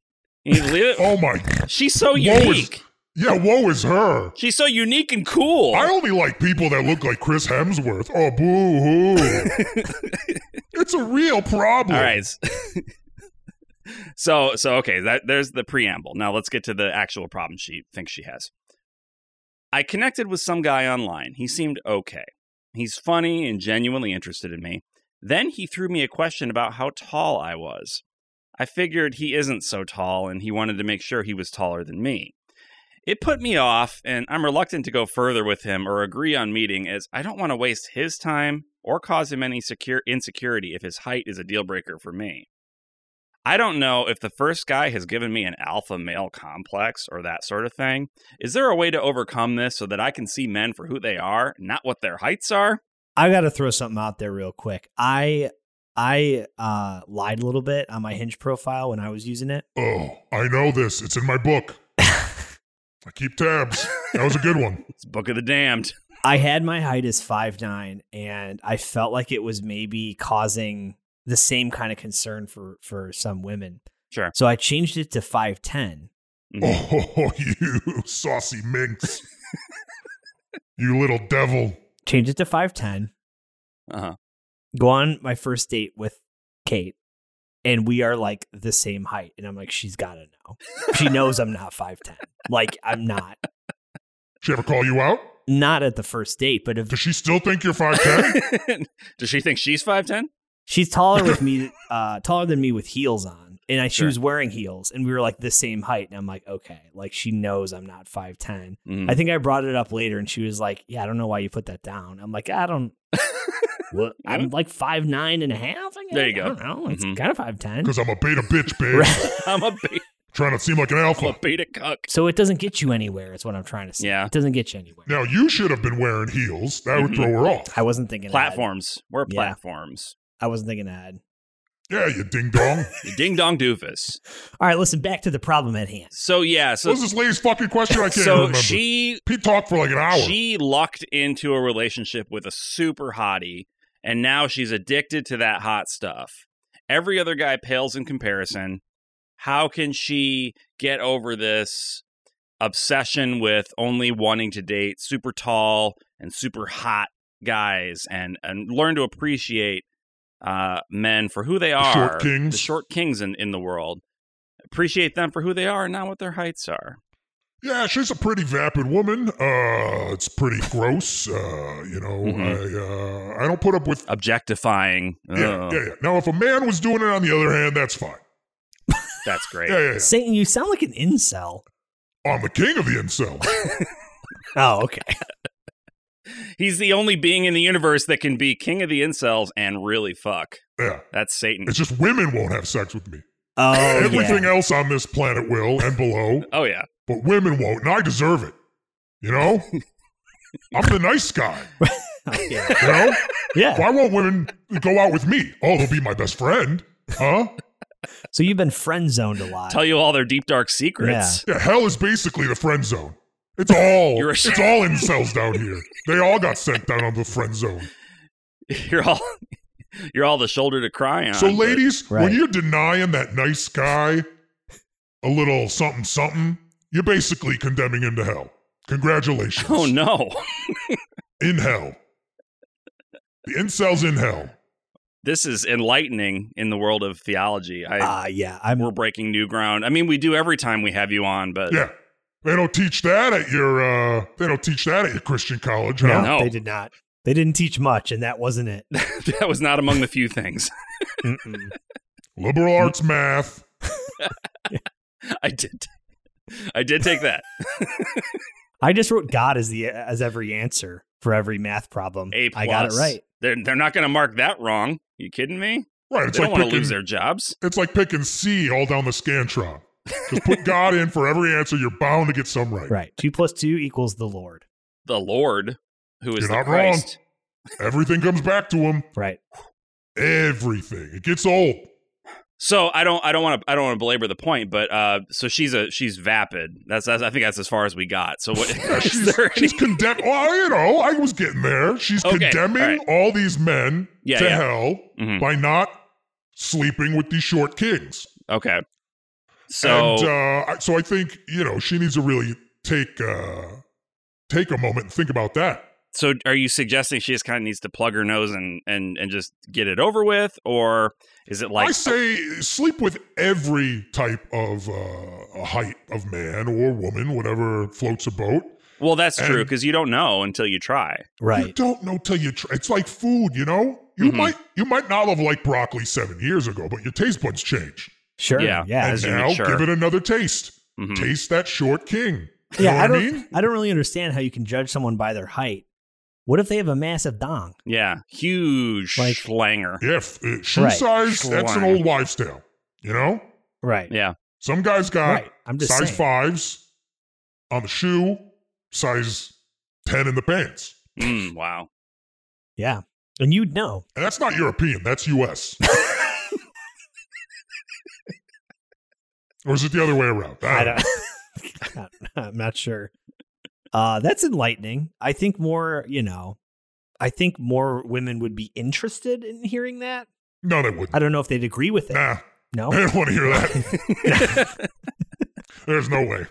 Speaker 3: Can you believe it?
Speaker 5: Oh my.
Speaker 3: She's so
Speaker 5: Woe is-
Speaker 3: unique.
Speaker 5: Yeah, woe is her.
Speaker 3: She's so unique and cool.
Speaker 5: I only like people that look like Chris Hemsworth. Oh boo hoo. it's a real problem.
Speaker 3: All right. so so okay, that there's the preamble. Now let's get to the actual problem she thinks she has. I connected with some guy online. He seemed okay. He's funny and genuinely interested in me. Then he threw me a question about how tall I was. I figured he isn't so tall and he wanted to make sure he was taller than me. It put me off, and I'm reluctant to go further with him or agree on meeting as I don't want to waste his time or cause him any secure insecurity if his height is a deal breaker for me. I don't know if the first guy has given me an alpha male complex or that sort of thing. Is there a way to overcome this so that I can see men for who they are, not what their heights are?
Speaker 1: I got to throw something out there real quick. I I uh, lied a little bit on my Hinge profile when I was using it.
Speaker 5: Oh, I know this. It's in my book. I keep tabs. That was a good one.
Speaker 3: It's Book of the Damned.
Speaker 1: I had my height as five nine, and I felt like it was maybe causing the same kind of concern for for some women.
Speaker 3: Sure.
Speaker 1: So I changed it to five ten.
Speaker 3: Mhm.
Speaker 5: Oh, you saucy minx. you little devil.
Speaker 1: Changed it to five ten.
Speaker 3: Uh-huh.
Speaker 1: Go on my first date with Kate, and we are like the same height. And I'm like, she's got to know. She knows I'm not five ten. Like I'm not.
Speaker 5: She ever call you out?
Speaker 1: Not at the first date, but if
Speaker 5: Does she still think you're 5'10?
Speaker 3: Does she think she's 5'10?
Speaker 1: She's taller with me, uh, taller than me with heels on, and I, she was wearing heels, and we were like the same height. And I'm like, okay, like she knows I'm not five
Speaker 3: Mhm.
Speaker 1: I think I brought it up later, and she was like, yeah, I don't know why you put that down. I'm like, I don't. what? I'm like five nine and a half. I guess.
Speaker 3: There you go.
Speaker 1: I don't know. It's
Speaker 3: Mhm.
Speaker 1: kind of five ten.
Speaker 5: Because I'm a beta bitch, babe.
Speaker 3: I'm a beta,
Speaker 5: Trying to seem like an
Speaker 3: I'm a
Speaker 5: alpha.
Speaker 3: beta cuck.
Speaker 1: So it doesn't get you anywhere. Is what I'm trying to say.
Speaker 3: Yeah.
Speaker 1: It doesn't get you anywhere.
Speaker 5: Now, you should have been wearing heels. That would
Speaker 3: Mhm.
Speaker 5: throw her off.
Speaker 1: I wasn't thinking ahead.
Speaker 3: Platforms. We're
Speaker 1: Yeah.
Speaker 3: platforms.
Speaker 1: I wasn't thinking ahead.
Speaker 5: Yeah, you ding dong.
Speaker 3: You Ding dong doofus.
Speaker 1: All right, listen. Back to the problem at hand.
Speaker 3: So yeah,
Speaker 5: what
Speaker 3: so
Speaker 5: was this lady's fucking question? I can't
Speaker 3: so
Speaker 5: remember.
Speaker 3: she
Speaker 5: Pete talked for like an hour.
Speaker 3: she lucked into a relationship with a super hottie, and now she's addicted to that hot stuff. Every other guy pales in comparison. How can she get over this obsession with only wanting to date super tall and super hot guys, and and learn to appreciate uh, men for who they
Speaker 5: The
Speaker 3: are,
Speaker 5: short kings.
Speaker 3: the short kings in, in the world. Appreciate them for who they are, not what their heights are.
Speaker 5: Yeah, she's a pretty vapid woman. Uh, it's pretty gross. Uh, you know,
Speaker 3: Mm-hmm.
Speaker 5: I uh, I don't put up with.
Speaker 3: objectifying.
Speaker 5: Yeah,
Speaker 3: Ugh,
Speaker 5: yeah, yeah. Now, if a man was doing it on the other hand, that's fine.
Speaker 3: That's great.
Speaker 5: Yeah, yeah,
Speaker 1: Satan, you sound like an incel.
Speaker 5: yeah. I'm the king of the incels.
Speaker 1: Oh, okay.
Speaker 3: He's the only being in the universe that can be king of the incels and really fuck.
Speaker 5: Yeah.
Speaker 3: That's Satan.
Speaker 5: It's just women won't have sex with me.
Speaker 1: Oh,
Speaker 5: Everything
Speaker 1: yeah.
Speaker 5: else on this planet will and below,
Speaker 3: Oh yeah.
Speaker 5: but women won't, and I deserve it. You know? I'm the nice guy.
Speaker 1: Oh, yeah.
Speaker 5: You know?
Speaker 1: yeah.
Speaker 5: Why won't women go out with me? Oh, they'll be my best friend. Huh?
Speaker 1: So you've been friend zoned a lot.
Speaker 3: Tell you all their deep dark secrets.
Speaker 5: Yeah, hell is basically the friend zone. It's all
Speaker 3: You're a-
Speaker 5: it's all incels down here. They all got sent down on the friend zone.
Speaker 3: You're all you're all the shoulder to cry on.
Speaker 5: So,
Speaker 3: but-
Speaker 5: ladies,
Speaker 1: Right.
Speaker 5: when you're denying that nice guy a little something something, you're basically condemning him to hell. Congratulations.
Speaker 3: Oh no.
Speaker 5: In hell. The incels in hell.
Speaker 3: This is enlightening in the world of theology. I
Speaker 1: Ah, yeah. I'm
Speaker 3: we're breaking new ground. I mean, we do every time we have you on, but
Speaker 5: Yeah. They don't teach that at your uh they don't teach that at your Christian college, huh?
Speaker 1: no,
Speaker 3: No.
Speaker 1: They did not. They didn't teach much, and that wasn't it.
Speaker 3: that was not among the few things.
Speaker 1: Mm-mm.
Speaker 5: Liberal arts math.
Speaker 3: I did I did take that.
Speaker 1: I just wrote God as the as every answer for every math problem.
Speaker 3: A
Speaker 1: I got it
Speaker 3: plus.
Speaker 1: right.
Speaker 3: They're they're not going to mark that wrong. You kidding me?
Speaker 5: Right. It's
Speaker 3: they don't
Speaker 5: like
Speaker 3: want to
Speaker 5: picking,
Speaker 3: lose their jobs.
Speaker 5: it's like picking C all down the scantron. Just put God in for every answer, you're bound to get some right.
Speaker 1: Right. Two plus two equals the Lord.
Speaker 3: The Lord, who is
Speaker 5: You're
Speaker 3: the
Speaker 5: not wrong.
Speaker 3: Christ.
Speaker 5: Everything comes back to him.
Speaker 1: Right.
Speaker 5: Everything. It gets old.
Speaker 3: So I don't I don't want to I don't want to belabor the point, but uh, so she's a she's vapid. That's, that's I think that's as far as we got. So what
Speaker 5: Yeah,
Speaker 3: is
Speaker 5: she's,
Speaker 3: there any?
Speaker 5: she's condemned. Well, you know, I was getting there. She's
Speaker 3: Okay,
Speaker 5: condemning
Speaker 3: all right.
Speaker 5: all these men
Speaker 3: Yeah,
Speaker 5: to
Speaker 3: yeah.
Speaker 5: hell
Speaker 3: Mhm.
Speaker 5: by not sleeping with these short kings.
Speaker 3: Okay. So
Speaker 5: and uh, I- so I think you know she needs to really take uh, take a moment and think about that.
Speaker 3: so are you suggesting she just kind of needs to plug her nose and and and just get it over with, or is it like uh
Speaker 5: I say, sleep with every type of uh, a height of man or woman, whatever floats a boat.
Speaker 3: well that's true
Speaker 5: and-
Speaker 3: because you don't know until you try.
Speaker 5: You
Speaker 1: Right.
Speaker 5: don't know till you try. It's like food, you know. You
Speaker 3: Mhm.
Speaker 5: might you might not have liked broccoli seven years ago, but your taste buds change.
Speaker 1: Sure.
Speaker 3: Yeah.
Speaker 1: Yeah. Yeah.
Speaker 3: As
Speaker 5: and
Speaker 3: you
Speaker 5: now
Speaker 3: mature.
Speaker 5: give it another taste.
Speaker 3: Mhm.
Speaker 1: Hmm.
Speaker 5: Taste that short king. You know
Speaker 1: I
Speaker 5: what
Speaker 1: don't.
Speaker 5: I mean?
Speaker 1: I don't really understand how you can judge someone by their height. What if they have a massive dong?
Speaker 3: Yeah, huge
Speaker 1: Like-
Speaker 3: schlanger.
Speaker 5: Yeah, f- uh, shoe
Speaker 1: Right.
Speaker 5: size. That's an
Speaker 3: Sure.
Speaker 5: old wives' tale. You know,
Speaker 1: Right.
Speaker 3: Yeah.
Speaker 5: some guys got
Speaker 1: Right. I'm just
Speaker 5: size
Speaker 1: saying.
Speaker 5: fives on the shoe, size ten in the pants,
Speaker 3: Mm, wow.
Speaker 1: Yeah. And you'd know.
Speaker 5: and that's not European. That's U.S. or is it the other way around?
Speaker 3: Oh.
Speaker 1: I don't. I'm not sure. Uh, that's enlightening. I think more. You know, I think more women would be interested in hearing that.
Speaker 5: No, they wouldn't.
Speaker 1: I don't know if they'd agree with it.
Speaker 5: Nah,
Speaker 1: No.
Speaker 5: I don't want to hear that. There's no way.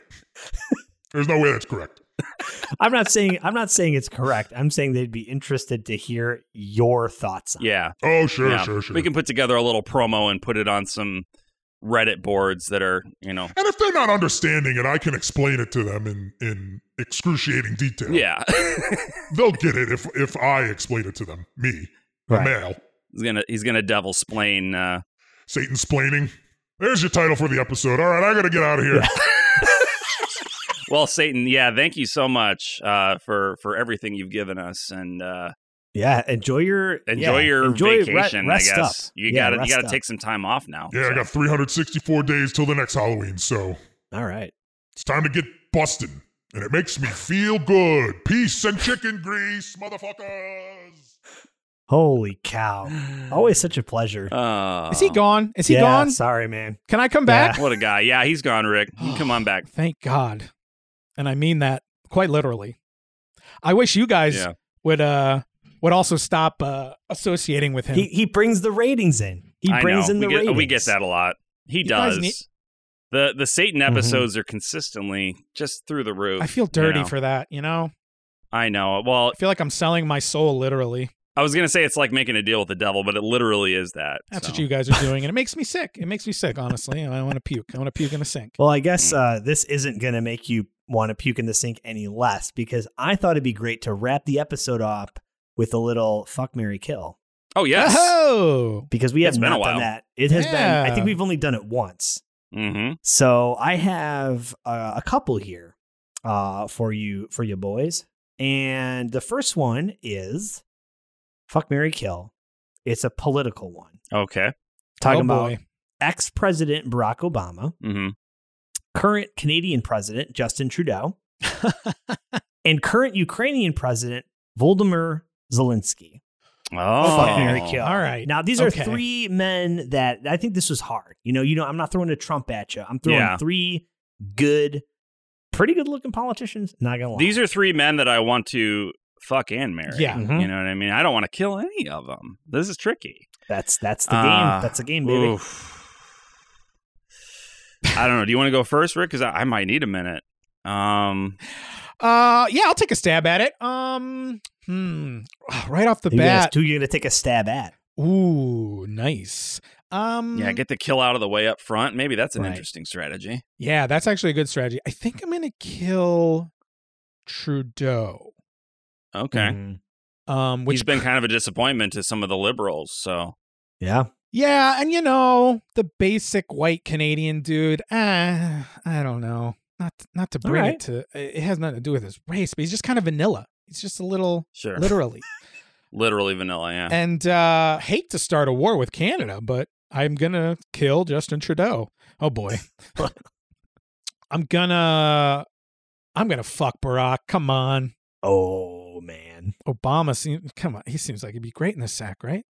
Speaker 5: There's no way that's correct.
Speaker 1: I'm not saying I'm not saying it's correct. I'm saying they'd be interested to hear your thoughts on it.
Speaker 3: Yeah.
Speaker 5: Oh, sure,
Speaker 3: yeah.
Speaker 5: sure, sure.
Speaker 3: We can put together a little promo and put it on some Reddit boards that are you know.
Speaker 5: and if they're not understanding it, I can explain it to them in in excruciating detail.
Speaker 3: Yeah.
Speaker 5: they'll get it if if I explain it to them. Me, the
Speaker 1: Right.
Speaker 5: male,
Speaker 3: he's gonna he's gonna devil splain uh
Speaker 5: Satan splaining. There's your title for the episode. All right, I gotta get out of here.
Speaker 3: well satan yeah thank you so much uh for for everything you've given us and uh
Speaker 1: Yeah, enjoy your
Speaker 3: enjoy
Speaker 1: yeah,
Speaker 3: your
Speaker 1: enjoy, re-
Speaker 3: vacation
Speaker 1: rest
Speaker 3: i guess
Speaker 1: up.
Speaker 3: you
Speaker 1: Yeah,
Speaker 3: gotta you
Speaker 1: rest
Speaker 3: gotta
Speaker 1: up.
Speaker 3: take some time off now
Speaker 5: Yeah, I got 364 days till the next Halloween, so
Speaker 1: All right.
Speaker 5: it's time to get busted, and it makes me feel good. Peace and chicken grease, motherfuckers.
Speaker 1: Holy cow! Always such a pleasure.
Speaker 3: uh,
Speaker 2: Is he gone? Is he
Speaker 1: yeah,
Speaker 2: gone?
Speaker 1: Sorry, man.
Speaker 2: Can I come back?
Speaker 3: what a guy yeah he's gone rick you come on back
Speaker 2: Thank God. And I mean that quite literally. I wish you guys
Speaker 3: Yeah.
Speaker 2: would uh would also stop uh associating with him.
Speaker 1: He he brings the ratings in. He
Speaker 3: I
Speaker 1: brings
Speaker 3: know.
Speaker 1: in the
Speaker 3: we get,
Speaker 1: ratings.
Speaker 3: we get that a lot he
Speaker 2: guys
Speaker 3: does
Speaker 2: need-
Speaker 3: the the satan
Speaker 5: Mm-hmm.
Speaker 3: episodes are consistently just through the roof
Speaker 2: I feel dirty
Speaker 3: you know?
Speaker 2: for that, you know?
Speaker 3: i know well
Speaker 2: I feel like I'm selling my soul literally.
Speaker 3: i was gonna say it's like making a deal with the devil but it literally is that
Speaker 2: That's
Speaker 3: so.
Speaker 2: what you guys are doing, and it makes me sick. It makes me sick, honestly. I want to puke. I want to puke in a sink.
Speaker 1: Well, I
Speaker 3: Mm.
Speaker 1: guess uh, this isn't going to make you want to puke in the sink any less because I thought it'd be great to wrap the episode up with a little fuck Mary kill
Speaker 3: oh yes
Speaker 2: Oh,
Speaker 1: because we
Speaker 3: It's
Speaker 1: have
Speaker 3: been a
Speaker 1: not
Speaker 3: while.
Speaker 1: done that. It has been. I
Speaker 2: Yeah.
Speaker 1: think we've only done it once.
Speaker 3: mm-hmm
Speaker 1: So I have uh, a couple here uh, for you for you boys. And the first one is Fuck Mary Kill. It's a political one.
Speaker 3: Okay.
Speaker 1: Talking
Speaker 2: oh
Speaker 1: about
Speaker 2: boy.
Speaker 1: ex President Barack Obama,
Speaker 3: hmm
Speaker 1: current Canadian President Justin Trudeau, and current Ukrainian President Volodymyr Zelensky.
Speaker 3: Oh.
Speaker 1: Fuck Mary Kill.
Speaker 2: All right.
Speaker 1: Now these are
Speaker 2: Okay.
Speaker 1: three men that I think this was hard. You know, you know, I'm not throwing a Trump at you. I'm throwing
Speaker 3: Yeah.
Speaker 1: three good, pretty good looking politicians. Not gonna lie.
Speaker 3: These are three men that I want to fuck and marry.
Speaker 2: Yeah. Mm-hmm.
Speaker 1: Mhm.
Speaker 3: You know what I mean? I don't want to kill any of them. This is tricky.
Speaker 1: that's that's the
Speaker 3: Ah.
Speaker 1: game. That's a game, baby.
Speaker 3: Oof. I don't know. Do you want to go first, Rick? Because I, I might need a minute. Um,
Speaker 2: Uh, yeah, I'll take a stab at it. Um, hmm. Right off the
Speaker 1: Who you gonna-
Speaker 2: bat.
Speaker 1: who you gonna take a stab at?
Speaker 2: Ooh, nice. Um,
Speaker 3: yeah, get the kill out of the way up front. Maybe that's an
Speaker 2: Right.
Speaker 3: interesting strategy.
Speaker 2: yeah, that's actually a good strategy. I think I'm gonna kill Trudeau.
Speaker 3: Okay,
Speaker 1: Mhm.
Speaker 2: Um,
Speaker 3: which
Speaker 2: Mm-hmm. which
Speaker 3: has been kind of a disappointment to some of the liberals. So
Speaker 1: Yeah.
Speaker 2: yeah, and you know the basic white Canadian dude. Ah, I don't know. Not not to
Speaker 1: All
Speaker 2: bring
Speaker 1: right.
Speaker 2: it to. It has nothing to do with his race, but he's just kind of vanilla. He's just a little
Speaker 3: sure,
Speaker 2: literally.
Speaker 3: literally vanilla. Yeah,
Speaker 2: And uh hate to start a war with Canada, but I'm gonna kill Justin Trudeau. Oh boy. I'm gonna I'm gonna fuck Barack. Come on.
Speaker 1: Oh man,
Speaker 2: Obama seems come on, he seems like he'd be great in this sack, right?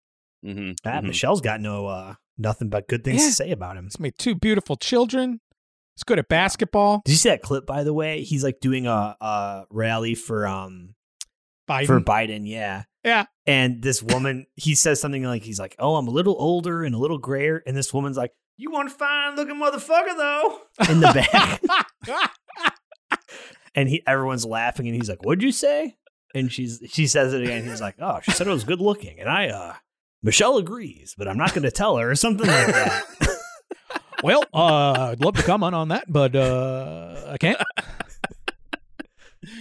Speaker 3: Mhm,
Speaker 1: Ah,
Speaker 3: mhm.
Speaker 1: Michelle's got no uh, nothing but good things
Speaker 2: Yeah.
Speaker 1: to say about him.
Speaker 2: He's made two beautiful children. He's good at basketball.
Speaker 1: Did you see that clip by the way? He's like doing a, a rally for um
Speaker 2: Biden.
Speaker 1: for Biden, yeah.
Speaker 2: Yeah.
Speaker 1: And this woman, he says something like he's like, "Oh, I'm a little older and a little grayer," and this woman's like, "You one fine looking motherfucker though." In the back, and he everyone's laughing, and he's like, "What'd you say?" And she's she says it again. He's like, "Oh, she said it was good looking," and I uh. Michelle agrees, but I'm not going to tell her or something like that.
Speaker 2: well, uh I'd love to comment on that, but uh I can't.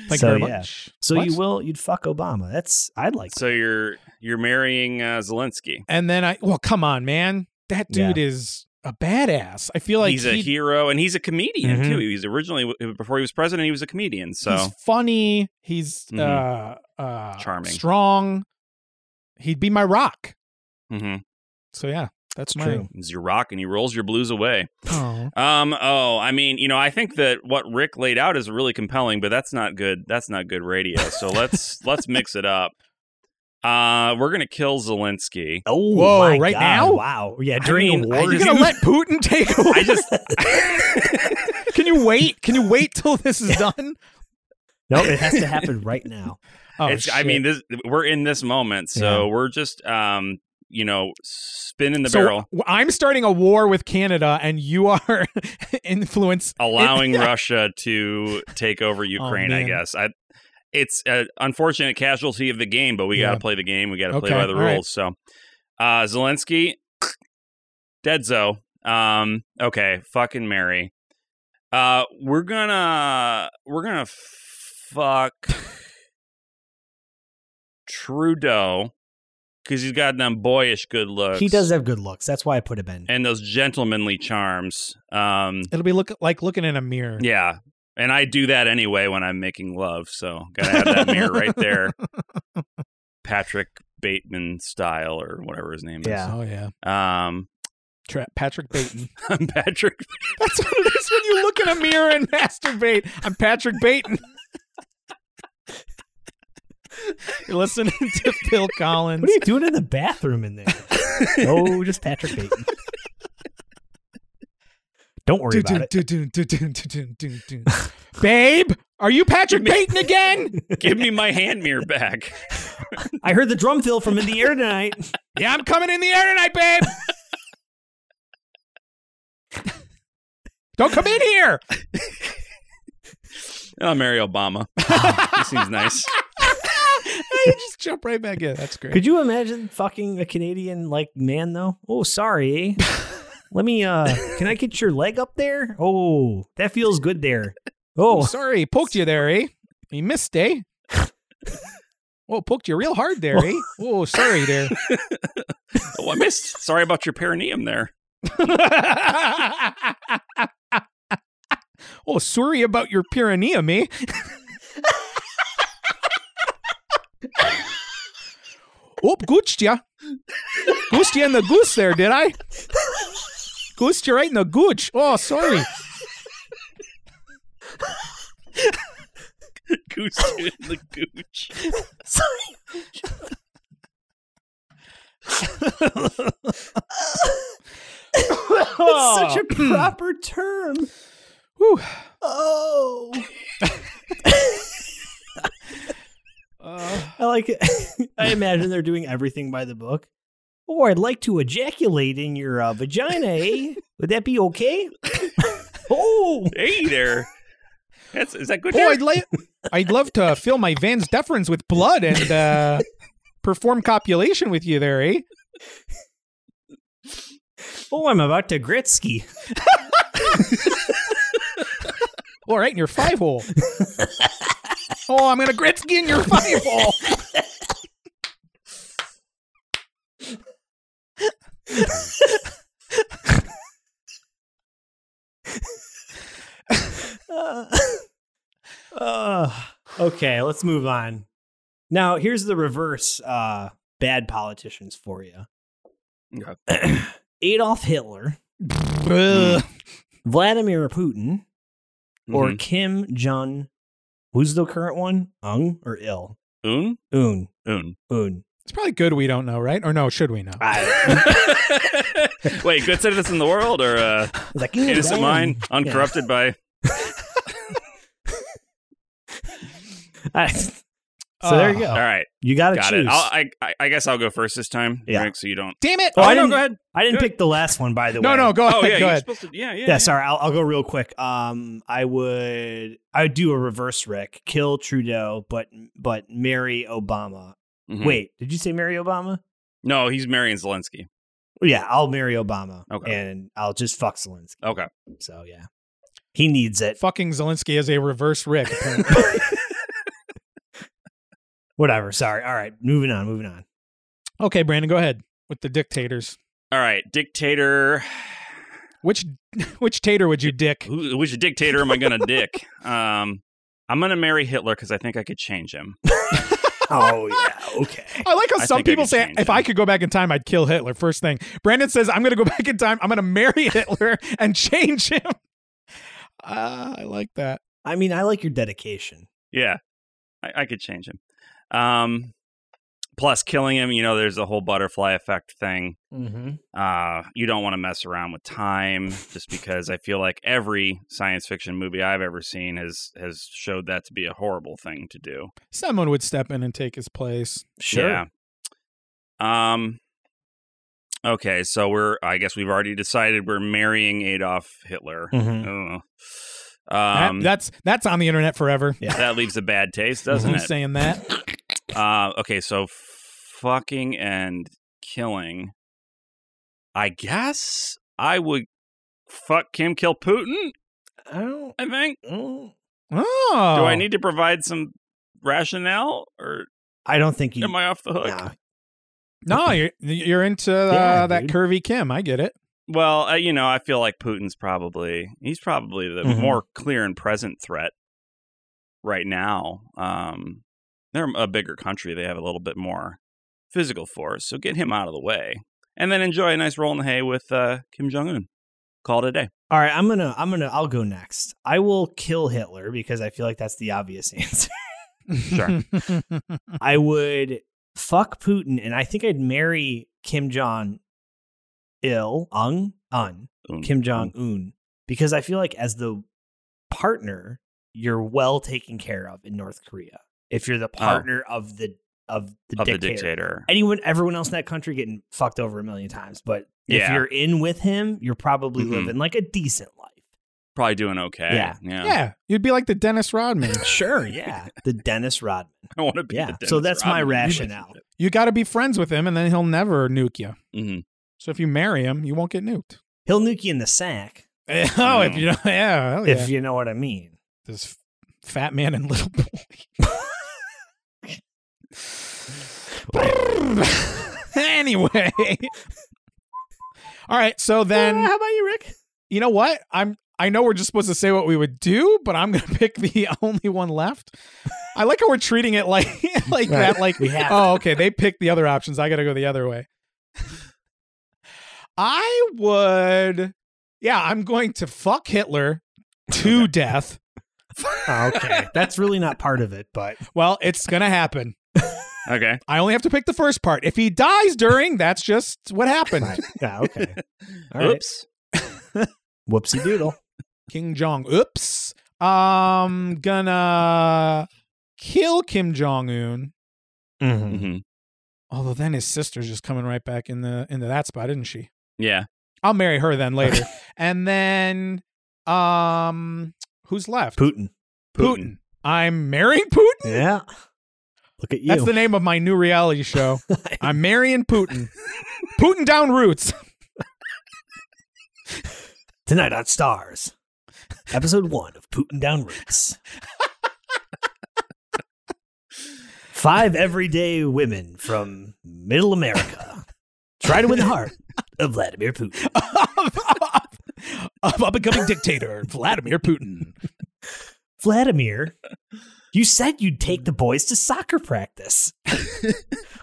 Speaker 2: Thank
Speaker 1: So,
Speaker 2: you very
Speaker 1: yeah.
Speaker 2: much.
Speaker 1: So
Speaker 2: What?
Speaker 1: you will, you'd fuck Obama. That's I'd like.
Speaker 3: So you're you're marrying uh, Zelensky.
Speaker 2: And then I, well, come on, man, that
Speaker 1: Yeah.
Speaker 2: dude is a badass. I feel like
Speaker 3: he's a
Speaker 2: he- Mm-hmm.
Speaker 3: hero, and he's a comedian
Speaker 1: Mhm.
Speaker 3: too. He's originally before he was president, he was a comedian. So
Speaker 2: he's funny. He's
Speaker 3: Mhm.
Speaker 2: uh, uh,
Speaker 3: Charming.
Speaker 2: strong. He'd be my rock.
Speaker 3: Mhm.
Speaker 2: So yeah, that's my.
Speaker 1: true.
Speaker 3: he's your rock, and he rolls your blues away.
Speaker 2: Oh,
Speaker 3: Um. Oh, I mean, you know, I think that what Rick laid out is really compelling, but that's not good. That's not good radio. So let's let's mix it up. Uh, we're gonna kill Zelensky.
Speaker 1: Oh,
Speaker 2: Whoa,
Speaker 1: my
Speaker 2: right
Speaker 1: God.
Speaker 2: now?
Speaker 1: Wow. Yeah, during
Speaker 3: mean,
Speaker 1: a
Speaker 3: I
Speaker 1: war.
Speaker 2: are you
Speaker 3: just-
Speaker 2: gonna let Putin take over?
Speaker 3: I just
Speaker 2: Can you wait? Can you wait till this is done?
Speaker 1: no, it has to happen right now.
Speaker 2: Oh,
Speaker 3: it's, I
Speaker 2: shit.
Speaker 3: mean, this we're in this moment, so we're just um, you know, spinning the
Speaker 2: so
Speaker 3: barrel,
Speaker 2: w- I'm starting a war with Canada, and you are influence.
Speaker 3: allowing Russia to take over Ukraine. I
Speaker 2: Oh, man.
Speaker 3: guess I. It's an unfortunate casualty of the game, but we
Speaker 2: Yeah.
Speaker 3: got to play the game. We got to play
Speaker 2: Okay,
Speaker 3: by the
Speaker 2: all right.
Speaker 3: rules. So, uh, Zelensky, Deadzo. Um, okay, fucking Mary. Uh, we're gonna we're gonna fuck Trudeau because he's got them boyish good looks.
Speaker 1: He does have good looks. That's why I put him in.
Speaker 3: and those gentlemanly charms. Um,
Speaker 2: It'll be look like looking in a mirror.
Speaker 3: yeah. And I do that anyway when I'm making love. So gotta have that mirror right there. Patrick Bateman style or whatever his name
Speaker 1: Yeah.
Speaker 2: Oh yeah,
Speaker 3: is. Um
Speaker 2: Tra- Patrick Bateton.
Speaker 3: Patrick
Speaker 2: That's what it is when you look in a mirror and masturbate. I'm Patrick Baton. You're listening to Phil Collins.
Speaker 1: What are you doing in the bathroom in there? no, just Patrick Bateman. Don't worry about it.
Speaker 2: Do-do-do-do-do-do-do-do-do. Babe, are you Patrick Baton again?
Speaker 3: give me my hand mirror back.
Speaker 1: I heard the drum fill from in the air tonight.
Speaker 2: Yeah, I'm coming in the air tonight, babe. Don't come in here.
Speaker 3: And I'll marry Oh, Obama. he seems nice.
Speaker 2: you just jump right back in. That's great.
Speaker 1: Could you imagine fucking a Canadian like man though? Oh, sorry. eh? Let me uh can I get your leg up there? Oh, that feels good there.
Speaker 2: Oh,
Speaker 1: Oh,
Speaker 2: sorry, he poked you there, eh? You missed, eh? Whoa, poked you real hard there, eh? Whoa, sorry there.
Speaker 3: Oh, I missed. Sorry about your perineum there.
Speaker 2: oh, sorry about your perineum, eh? Oop, Oh, goosed ya. Goosed ya in the goose there, did I? Goosed you right in the gooch. Oh, sorry.
Speaker 3: Goose in the gooch.
Speaker 1: That's such a proper term.
Speaker 2: Whew.
Speaker 1: Oh,
Speaker 2: Uh,
Speaker 1: I like it. I imagine they're doing everything by the book. Oh, I'd like to ejaculate in your uh, vagina. Eh? Would that be okay? oh,
Speaker 3: Hey there. That's is that good?
Speaker 2: oh,
Speaker 3: there?
Speaker 2: I'd, li- I'd love to fill my Vans deferens with blood and uh, perform copulation with you there, eh?
Speaker 1: oh, I'm about to Gretzky.
Speaker 2: All right, in your five hole. oh, I'm going to Gretzky in your five hole.
Speaker 1: Uh, uh, okay, let's move on. Now, here's the reverse uh, bad politicians for you Adolf Hitler,
Speaker 2: Ugh.
Speaker 1: Vladimir Putin, or
Speaker 3: Mhm.
Speaker 1: Kim Jong. Who's the current one? Ung or ill?
Speaker 3: Mm-hmm. Oon?
Speaker 1: Un.
Speaker 3: Oon.
Speaker 1: Un.
Speaker 2: It's probably good we don't know, right? Or no, should we know?
Speaker 3: Wait, good citizens in the world or uh,
Speaker 1: Like,
Speaker 3: innocent
Speaker 1: "Ugh,
Speaker 3: mind,
Speaker 1: un."
Speaker 3: uncorrupted by
Speaker 1: Yeah. so there
Speaker 2: Ah.
Speaker 1: you go.
Speaker 3: All right,
Speaker 1: You got to
Speaker 3: got
Speaker 1: choose.
Speaker 3: it. I'll, I I- I guess I'll go first this time.
Speaker 1: Oh, Yeah.
Speaker 3: Rick, so you don't.
Speaker 2: Damn it.
Speaker 1: Oh, I
Speaker 3: no,
Speaker 1: didn't-
Speaker 3: go ahead.
Speaker 1: I didn't
Speaker 3: Good.
Speaker 1: pick the last one, by the
Speaker 2: no,
Speaker 1: way.
Speaker 2: no, go
Speaker 3: oh
Speaker 2: ahead.
Speaker 3: yeah,
Speaker 2: go
Speaker 3: you're
Speaker 2: ahead.
Speaker 3: supposed to. Yeah, yeah.
Speaker 1: yeah, sorry. I'll, I'll go real quick. Um, I would I would do a reverse Rick, kill Trudeau, but but marry Obama.
Speaker 3: Mhm.
Speaker 1: Wait, did you say marry Obama?
Speaker 3: No, he's marrying Zelensky.
Speaker 1: Yeah, I'll marry Obama.
Speaker 3: Okay.
Speaker 1: and I'll just fuck Zelensky.
Speaker 3: Okay.
Speaker 1: So yeah, he needs it.
Speaker 2: Fucking Zelensky is a reverse Rick. apparently.
Speaker 1: Whatever. Sorry. All right, moving on. Moving on.
Speaker 2: okay, Brandon, go ahead with the dictators.
Speaker 3: All right, dictator.
Speaker 2: Which which tater would you dick?
Speaker 3: Who, which dictator am I gonna dick? Um, I'm gonna marry Hitler because I think I could change him.
Speaker 1: Oh yeah. Okay.
Speaker 2: I like how
Speaker 3: I
Speaker 2: some
Speaker 3: think I
Speaker 2: people
Speaker 3: could
Speaker 2: say,
Speaker 3: change
Speaker 2: if
Speaker 3: him."
Speaker 2: I could go back in time, I'd kill Hitler. First thing. Brandon says, I'm going to go back in time. I'm going to marry Hitler and change him. Ah, I like that.
Speaker 1: I mean, I like your dedication.
Speaker 3: Yeah, I, I could change him. Um, plus killing him, you know, there's a whole butterfly effect thing.
Speaker 1: Mm-hmm.
Speaker 3: Uh, you don't want to mess around with time, just because I feel like every science fiction movie I've ever seen has has showed that to be a horrible thing to do.
Speaker 2: Someone would step in and take his place.
Speaker 1: Sure.
Speaker 3: Yeah. Um. Okay, so we're. I guess we've already decided we're marrying Adolf Hitler. I
Speaker 1: Mhm.
Speaker 3: don't know.
Speaker 2: That-
Speaker 3: Um, that,
Speaker 2: that's that's on the internet forever.
Speaker 3: leaves a bad taste, doesn't
Speaker 2: Who's
Speaker 3: it?
Speaker 2: saying that?
Speaker 3: Uh, okay, so fucking and killing. I guess I would fuck Kim, kill Putin.
Speaker 1: I don't.
Speaker 3: I think.
Speaker 1: mm,
Speaker 2: Oh.
Speaker 3: Do I need to provide some rationale, or
Speaker 1: I don't think you.
Speaker 3: am I off the hook?
Speaker 1: Nah.
Speaker 2: No, you're, you're into uh,
Speaker 1: Yeah,
Speaker 2: that
Speaker 1: dude.
Speaker 2: curvy Kim. I get it.
Speaker 3: Well, uh, you know, I feel like Putin's probably he's probably the
Speaker 1: Mhm.
Speaker 3: more clear and present threat right now. Um, they're a bigger country; they have a little bit more physical force, so get him out of the way, and then enjoy a nice roll in the hay with uh, Kim Jong Un. Call it a day.
Speaker 1: All right, I'm gonna, I'm gonna, I'll go next. I will kill Hitler because I feel like that's the obvious answer.
Speaker 3: Sure. Hmm.
Speaker 1: I would fuck Putin, and I think I'd marry Kim Jong Il, Ung, Un,
Speaker 3: Un.
Speaker 1: Kim Jong Un, because I feel like as the partner, you're well taken care of in North Korea. If you're the partner of the of the
Speaker 3: Oh. of the
Speaker 1: dictator.
Speaker 3: dictator.
Speaker 1: anyone, everyone else in that country getting fucked over a million times, but if
Speaker 3: Yeah.
Speaker 1: you're in with him, you're probably
Speaker 3: Mhm.
Speaker 1: living like a decent life.
Speaker 3: Probably doing okay.
Speaker 1: Yeah.
Speaker 3: yeah.
Speaker 2: yeah, you'd be like the Dennis Rodman.
Speaker 1: Sure, yeah. The Dennis Rodman.
Speaker 3: I want to be.
Speaker 1: Yeah,
Speaker 3: the
Speaker 1: so
Speaker 3: Dennis
Speaker 1: that's my
Speaker 3: Rodman
Speaker 1: rationale.
Speaker 2: You got to be friends with him, and then he'll never nuke you.
Speaker 3: Mhm.
Speaker 2: So if you marry him, you won't get nuked.
Speaker 1: He'll nuke you in the sack,
Speaker 2: oh,
Speaker 3: Mm.
Speaker 2: if you don't, yeah, hell yeah.
Speaker 1: if you know what I mean.
Speaker 2: this fat man and little boy. anyway, all right. So then,
Speaker 1: Uh, how about you, Rick?
Speaker 2: you know what? I'm I know we're just supposed to say what we would do, but I'm going to pick the only one left. I like how we're treating it like like that. Like,
Speaker 1: We have
Speaker 2: oh, okay, they picked the other options. I got to go the other way. I would, yeah, I'm going to fuck Hitler to death.
Speaker 1: Oh, okay. That's really not part of it, but
Speaker 2: Well, it's going to happen.
Speaker 3: Okay.
Speaker 2: I only have to pick the first part. If he dies during, that's just what happened.
Speaker 1: yeah, okay. All right.
Speaker 3: Oops.
Speaker 1: Whoopsie doodle.
Speaker 2: King Jong. Oops. Um, gonna kill Kim Jong Un.
Speaker 1: Mm-hmm.
Speaker 3: hmm
Speaker 2: Although then his sister's just coming right back in the into that spot, isn't she?
Speaker 3: Yeah.
Speaker 2: I'll marry her then later. and then, um, who's left?
Speaker 1: Putin.
Speaker 3: Putin.
Speaker 2: I'm marrying Putin.
Speaker 1: Yeah. Look at you.
Speaker 2: That's the name of my new reality show. I'm marrying Putin. Putin down roots.
Speaker 1: Tonight on Stars, episode one of Putin Down Roots. Five everyday women from Middle America try to win the heart of Vladimir Putin.
Speaker 2: of, of- of up and coming dictator Vladimir Putin.
Speaker 1: Vladimir, you said you'd take the boys to soccer practice,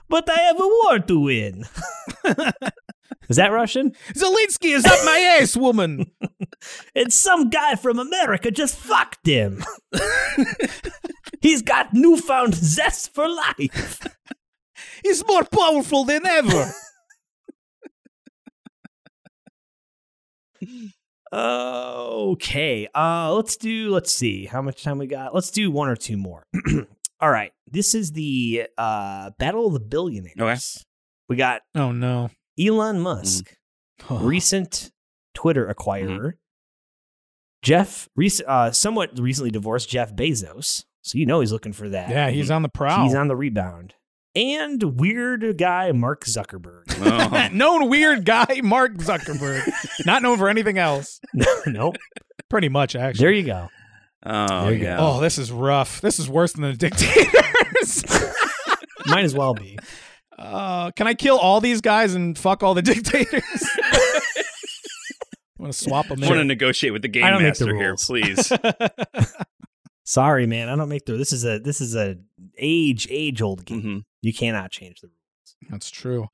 Speaker 1: but I have a war to win. Is that Russian?
Speaker 2: Zelensky is up my ass, woman.
Speaker 1: And some guy from America just fucked him. He's got newfound zest for life.
Speaker 2: He's more powerful than ever.
Speaker 1: Okay. Uh let's do let's see how much time we got. Let's do one or two more. All right. This is the uh Battle of the Billionaires.
Speaker 3: Okay.
Speaker 1: We got
Speaker 2: Oh no.
Speaker 1: Elon Musk, recent Twitter acquirer. Jeff rec- uh somewhat recently divorced Jeff Bezos. So you know he's looking for that.
Speaker 2: Yeah, he's on the prowl.
Speaker 1: He's on the rebound. And weird guy Mark Zuckerberg.
Speaker 3: Oh.
Speaker 2: known weird guy Mark Zuckerberg, not known for anything else.
Speaker 1: nope.
Speaker 2: Pretty much, actually.
Speaker 1: There you go.
Speaker 3: Oh,
Speaker 1: There you go.
Speaker 3: yeah.
Speaker 2: Oh, this is rough. This is worse than the dictators.
Speaker 1: Might as well be.
Speaker 2: uh, can I kill all these guys and fuck all the dictators? I want to swap them
Speaker 3: I want to
Speaker 2: in.
Speaker 3: negotiate with the game
Speaker 1: I don't make
Speaker 3: master
Speaker 1: the
Speaker 3: here,
Speaker 1: rules.
Speaker 3: please.
Speaker 1: Sorry, man. I don't make the. This is a this is a age age old game.
Speaker 3: hmm
Speaker 1: You cannot change the.
Speaker 2: That's true.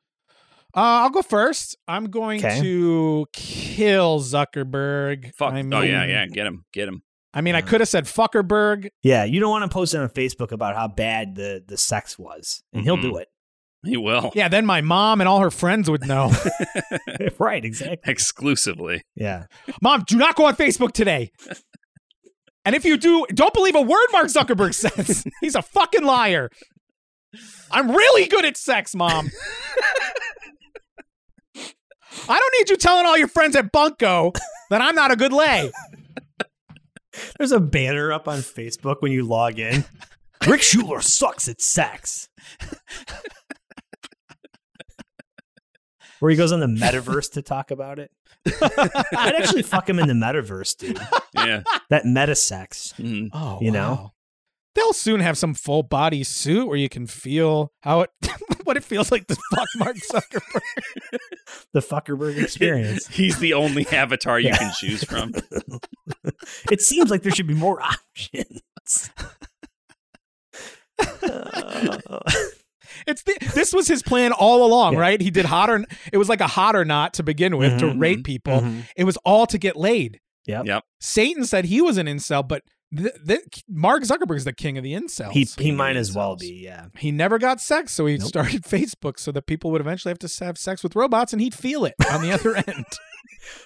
Speaker 2: Uh, I'll go first. I'm going
Speaker 1: Okay.
Speaker 2: to kill Zuckerberg.
Speaker 3: Fuck.
Speaker 2: I
Speaker 3: oh yeah,
Speaker 2: mean-
Speaker 3: yeah. Get him. Get him.
Speaker 2: I mean, I
Speaker 1: Yeah.
Speaker 2: could have said Fuckerberg.
Speaker 1: Yeah, you don't want to post it on Facebook about how bad the the sex was, and
Speaker 3: Mhm.
Speaker 1: he'll do it.
Speaker 3: He will.
Speaker 2: Yeah, then my mom and all her friends would know.
Speaker 1: right, exactly.
Speaker 3: Exclusively.
Speaker 1: Yeah,
Speaker 2: Mom, do not go on Facebook today. And if you do, don't believe a word Mark Zuckerberg says. He's a fucking liar. I'm really good at sex, Mom. I don't need you telling all your friends at Bunko that I'm not a good lay.
Speaker 1: there's a banner up on Facebook when you log in. Rick Schuler sucks at sex. Where he goes on the metaverse to talk about it. I'd actually fuck him in the metaverse, dude.
Speaker 3: Yeah.
Speaker 1: That meta sex.
Speaker 3: Mhm.
Speaker 2: Oh,
Speaker 1: You know?
Speaker 2: wow. They'll soon have some full body suit where you can feel how it, what it feels like to fuck Mark Zuckerberg.
Speaker 1: The Fuckerberg experience.
Speaker 3: He's the only avatar you
Speaker 1: Yeah.
Speaker 3: can choose from.
Speaker 1: it seems like there should be more options. Uh,
Speaker 2: It's the, this was his plan all along,
Speaker 1: Yeah.
Speaker 2: right? He did hot or it was like a hot or not to begin with to
Speaker 1: Mhm.
Speaker 2: rate people. It was all to get laid.
Speaker 1: Yep.
Speaker 3: Yep.
Speaker 2: Satan said he was an incel, but th- th- Mark Zuckerberg's the king of the incels.
Speaker 1: He he might as well be, yeah.
Speaker 2: He never got sex, so he
Speaker 1: Nope.
Speaker 2: started Facebook so that people would eventually have to have sex with robots, and he'd feel it on the other end.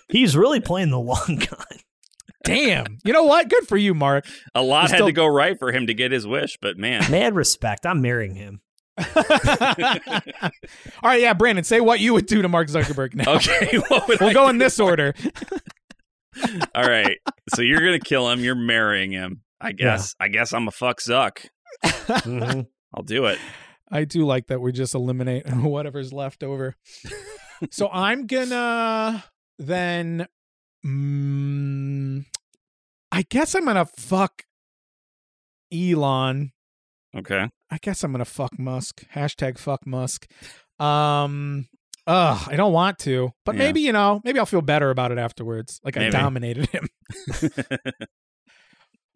Speaker 1: He's really playing the long con.
Speaker 2: Damn, you know what? Good for you, Mark.
Speaker 3: A lot
Speaker 2: He's
Speaker 3: had
Speaker 2: still-
Speaker 3: to go right for him to get his wish, but man,
Speaker 1: Mad respect. I'm marrying him.
Speaker 2: all right, yeah, Brandon, say what you would do to Mark Zuckerberg now.
Speaker 3: okay. What would I
Speaker 2: We'll go in this order.
Speaker 3: All right. So you're gonna kill him. You're marrying him. I guess. I guess I'm a fuck Zuck. I'll do it.
Speaker 2: I do like that we just eliminate whatever's left over. so I'm gonna then. Mm, I guess I'm gonna fuck Elon.
Speaker 3: Okay.
Speaker 2: I guess I'm gonna fuck Musk. Hashtag fuck Musk. Um, Ugh, I don't want to, but
Speaker 6: Yeah.
Speaker 2: maybe you know, maybe I'll feel better about it afterwards. Like I
Speaker 3: Maybe.
Speaker 2: dominated him.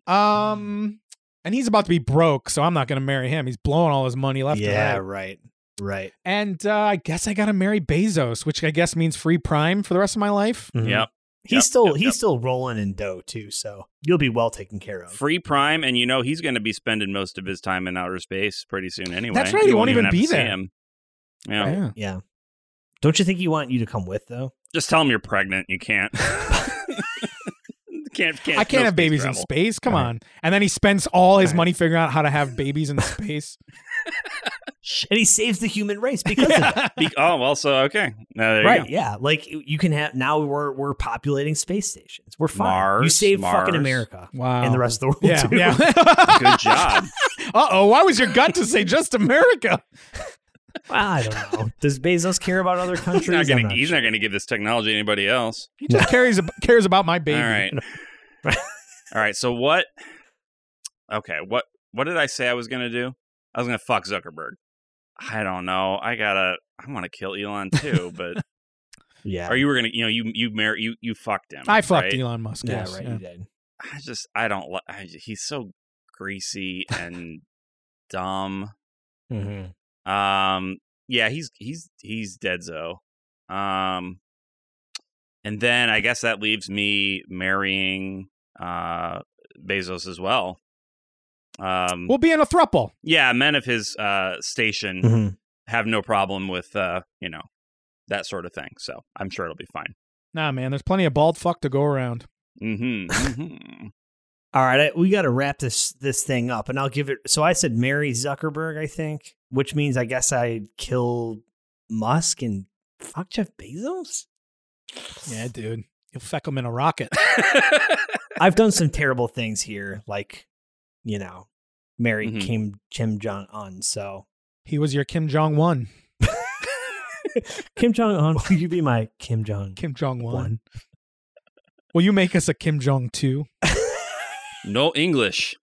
Speaker 2: um, and he's about to be broke, so I'm not going to marry him. He's blowing all his money left
Speaker 1: yeah,
Speaker 2: and right.
Speaker 1: right. Right.
Speaker 2: And uh, I guess I got to marry Bezos, which I guess means free prime for the rest of my life.
Speaker 1: Mhm.
Speaker 3: Yep.
Speaker 1: He's
Speaker 3: Yep,
Speaker 1: still
Speaker 3: yep,
Speaker 1: he's
Speaker 3: yep.
Speaker 1: still rolling in dough too, so you'll be well taken care of.
Speaker 3: Free Prime, and you know he's going to be spending most of his time in outer space pretty soon anyway.
Speaker 2: That's right,
Speaker 3: You
Speaker 2: he won't even
Speaker 3: have to
Speaker 2: be
Speaker 3: see
Speaker 2: there.
Speaker 3: him. Yeah.
Speaker 2: Yeah.
Speaker 1: Yeah. Don't you think you want you to come with though?
Speaker 3: Just tell him you're pregnant. You can't. can't, can't.
Speaker 2: I can't
Speaker 3: no
Speaker 2: have
Speaker 3: space
Speaker 2: babies in
Speaker 3: travel.
Speaker 2: space. Come
Speaker 1: All right.
Speaker 2: on. And then he spends all his
Speaker 1: All right.
Speaker 2: money figuring out how to have babies in space.
Speaker 1: And he saves the human race because of it.
Speaker 2: yeah.
Speaker 3: Be- oh, well, so okay. No, there
Speaker 1: Right,
Speaker 3: You
Speaker 1: yeah. Like you can have now we're we're populating space stations. We're fine. you
Speaker 3: Mars,
Speaker 1: save fucking
Speaker 3: Mars.
Speaker 1: America
Speaker 2: Wow.
Speaker 1: and the rest of the world
Speaker 2: Yeah.
Speaker 1: too.
Speaker 2: Yeah.
Speaker 3: go. Good job.
Speaker 2: uh oh. Why was your gut to say just America?
Speaker 1: Well, I don't know. Does Bezos care about other countries?
Speaker 3: he's not
Speaker 1: I'm
Speaker 3: going
Speaker 1: not
Speaker 3: to. He's
Speaker 1: sure.
Speaker 3: not going to give this technology to anybody else.
Speaker 2: He just cares cares about my baby.
Speaker 3: All right. All right. So what? Okay. What? What did I say I was going to do? I was going to fuck Zuckerberg. I don't know. I gotta. I want to kill Elon too. But
Speaker 1: Yeah.
Speaker 3: or you were gonna. You know. You you mar- You you fucked him.
Speaker 2: I fucked
Speaker 3: right?
Speaker 2: Elon Musk.
Speaker 1: yeah,
Speaker 2: yes,
Speaker 1: right.
Speaker 2: yeah.
Speaker 1: You did.
Speaker 3: I just. I don't. li- I, he's so greasy and dumb.
Speaker 1: Mm-hmm.
Speaker 3: Um. Yeah. He's he's he's dead. So. Um. And then I guess that leaves me marrying uh Bezos as well. Um.
Speaker 2: We'll be in a thruple.
Speaker 3: yeah, men of his uh, station
Speaker 1: Mm-hmm.
Speaker 3: have no problem with uh, you know that sort of thing. So I'm sure it'll be fine.
Speaker 2: Nah, man. There's plenty of bald fuck to go around.
Speaker 3: Mm-hmm. mm-hmm.
Speaker 1: All right, I, we got to wrap this this thing up, and I'll give it. So I said marry Zuckerberg, I think, which means I guess I'd kill Musk and fuck Jeff Bezos.
Speaker 2: Yeah, dude. You'll feck him in a rocket.
Speaker 1: I've done some terrible things here, like you know, marry
Speaker 3: Mhm.
Speaker 1: Kim Kim Jong Un. So
Speaker 2: He was your Kim Jong One.
Speaker 1: Kim Jong Un, will you be my Kim Jong?
Speaker 2: Kim Jong
Speaker 1: One.
Speaker 2: One. Will you make us a Kim Jong Two?
Speaker 3: no English.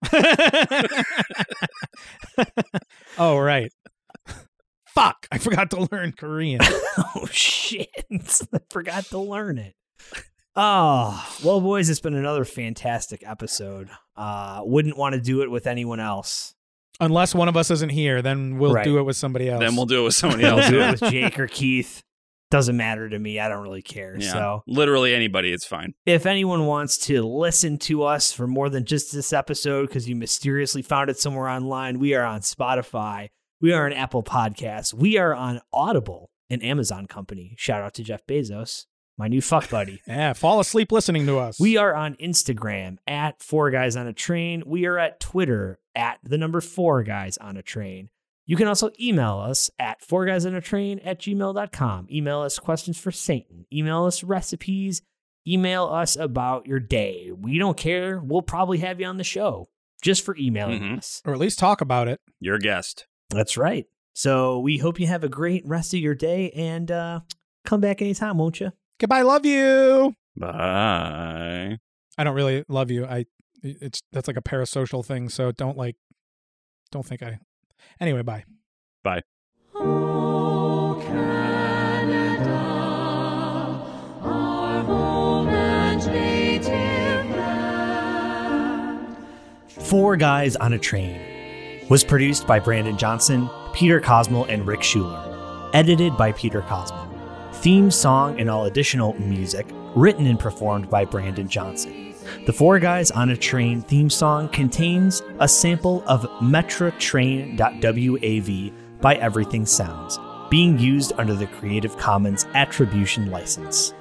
Speaker 2: oh right. Fuck! I forgot to learn Korean.
Speaker 1: Oh shit! I forgot to learn it. Oh well, boys, it's been another fantastic episode. Uh, wouldn't want to do it with anyone else.
Speaker 2: Unless one of us isn't here, then we'll
Speaker 1: Right.
Speaker 2: do it with somebody else.
Speaker 3: Then we'll do it with somebody
Speaker 1: I'll
Speaker 3: else.
Speaker 1: do
Speaker 3: yeah.
Speaker 1: it with Jake or Keith. Doesn't matter to me. I don't really care.
Speaker 3: Yeah.
Speaker 1: So
Speaker 3: Literally anybody, it's fine.
Speaker 1: if anyone wants to listen to us for more than just this episode because you mysteriously found it somewhere online, we are on Spotify. We are on Apple Podcasts. We are on Audible, an Amazon company. Shout out to Jeff Bezos, my new fuck buddy.
Speaker 2: yeah, fall asleep listening to us.
Speaker 1: We are on Instagram at Four Guys on a Train. We are at Twitter at the number Four Guys on a Train. You can also email us at Four Guys on a Train at gmail.com. Email us questions for Satan. Email us recipes. Email us about your day. We don't care. We'll probably have you on the show just for emailing
Speaker 3: Mhm.
Speaker 1: us.
Speaker 2: or at least talk about it.
Speaker 3: Your guest.
Speaker 1: That's right. So we hope you have a great rest of your day and uh, come back anytime, won't you?
Speaker 2: Goodbye, love you.
Speaker 3: Bye.
Speaker 2: I don't really love you. I it's that's like a parasocial thing, so don't like don't think I anyway, bye.
Speaker 7: Oh, Canada, our home and native land.
Speaker 1: Four Guys on a Train was produced by Brandon Johnson, Peter Cosmo, and Rick Schuler. Edited by Peter Cosmo. Theme song and all additional music written and performed by Brandon Johnson. The Four Guys on a Train theme song contains a sample of MetroTrain.wav by Everything Sounds, being used under the Creative Commons Attribution License.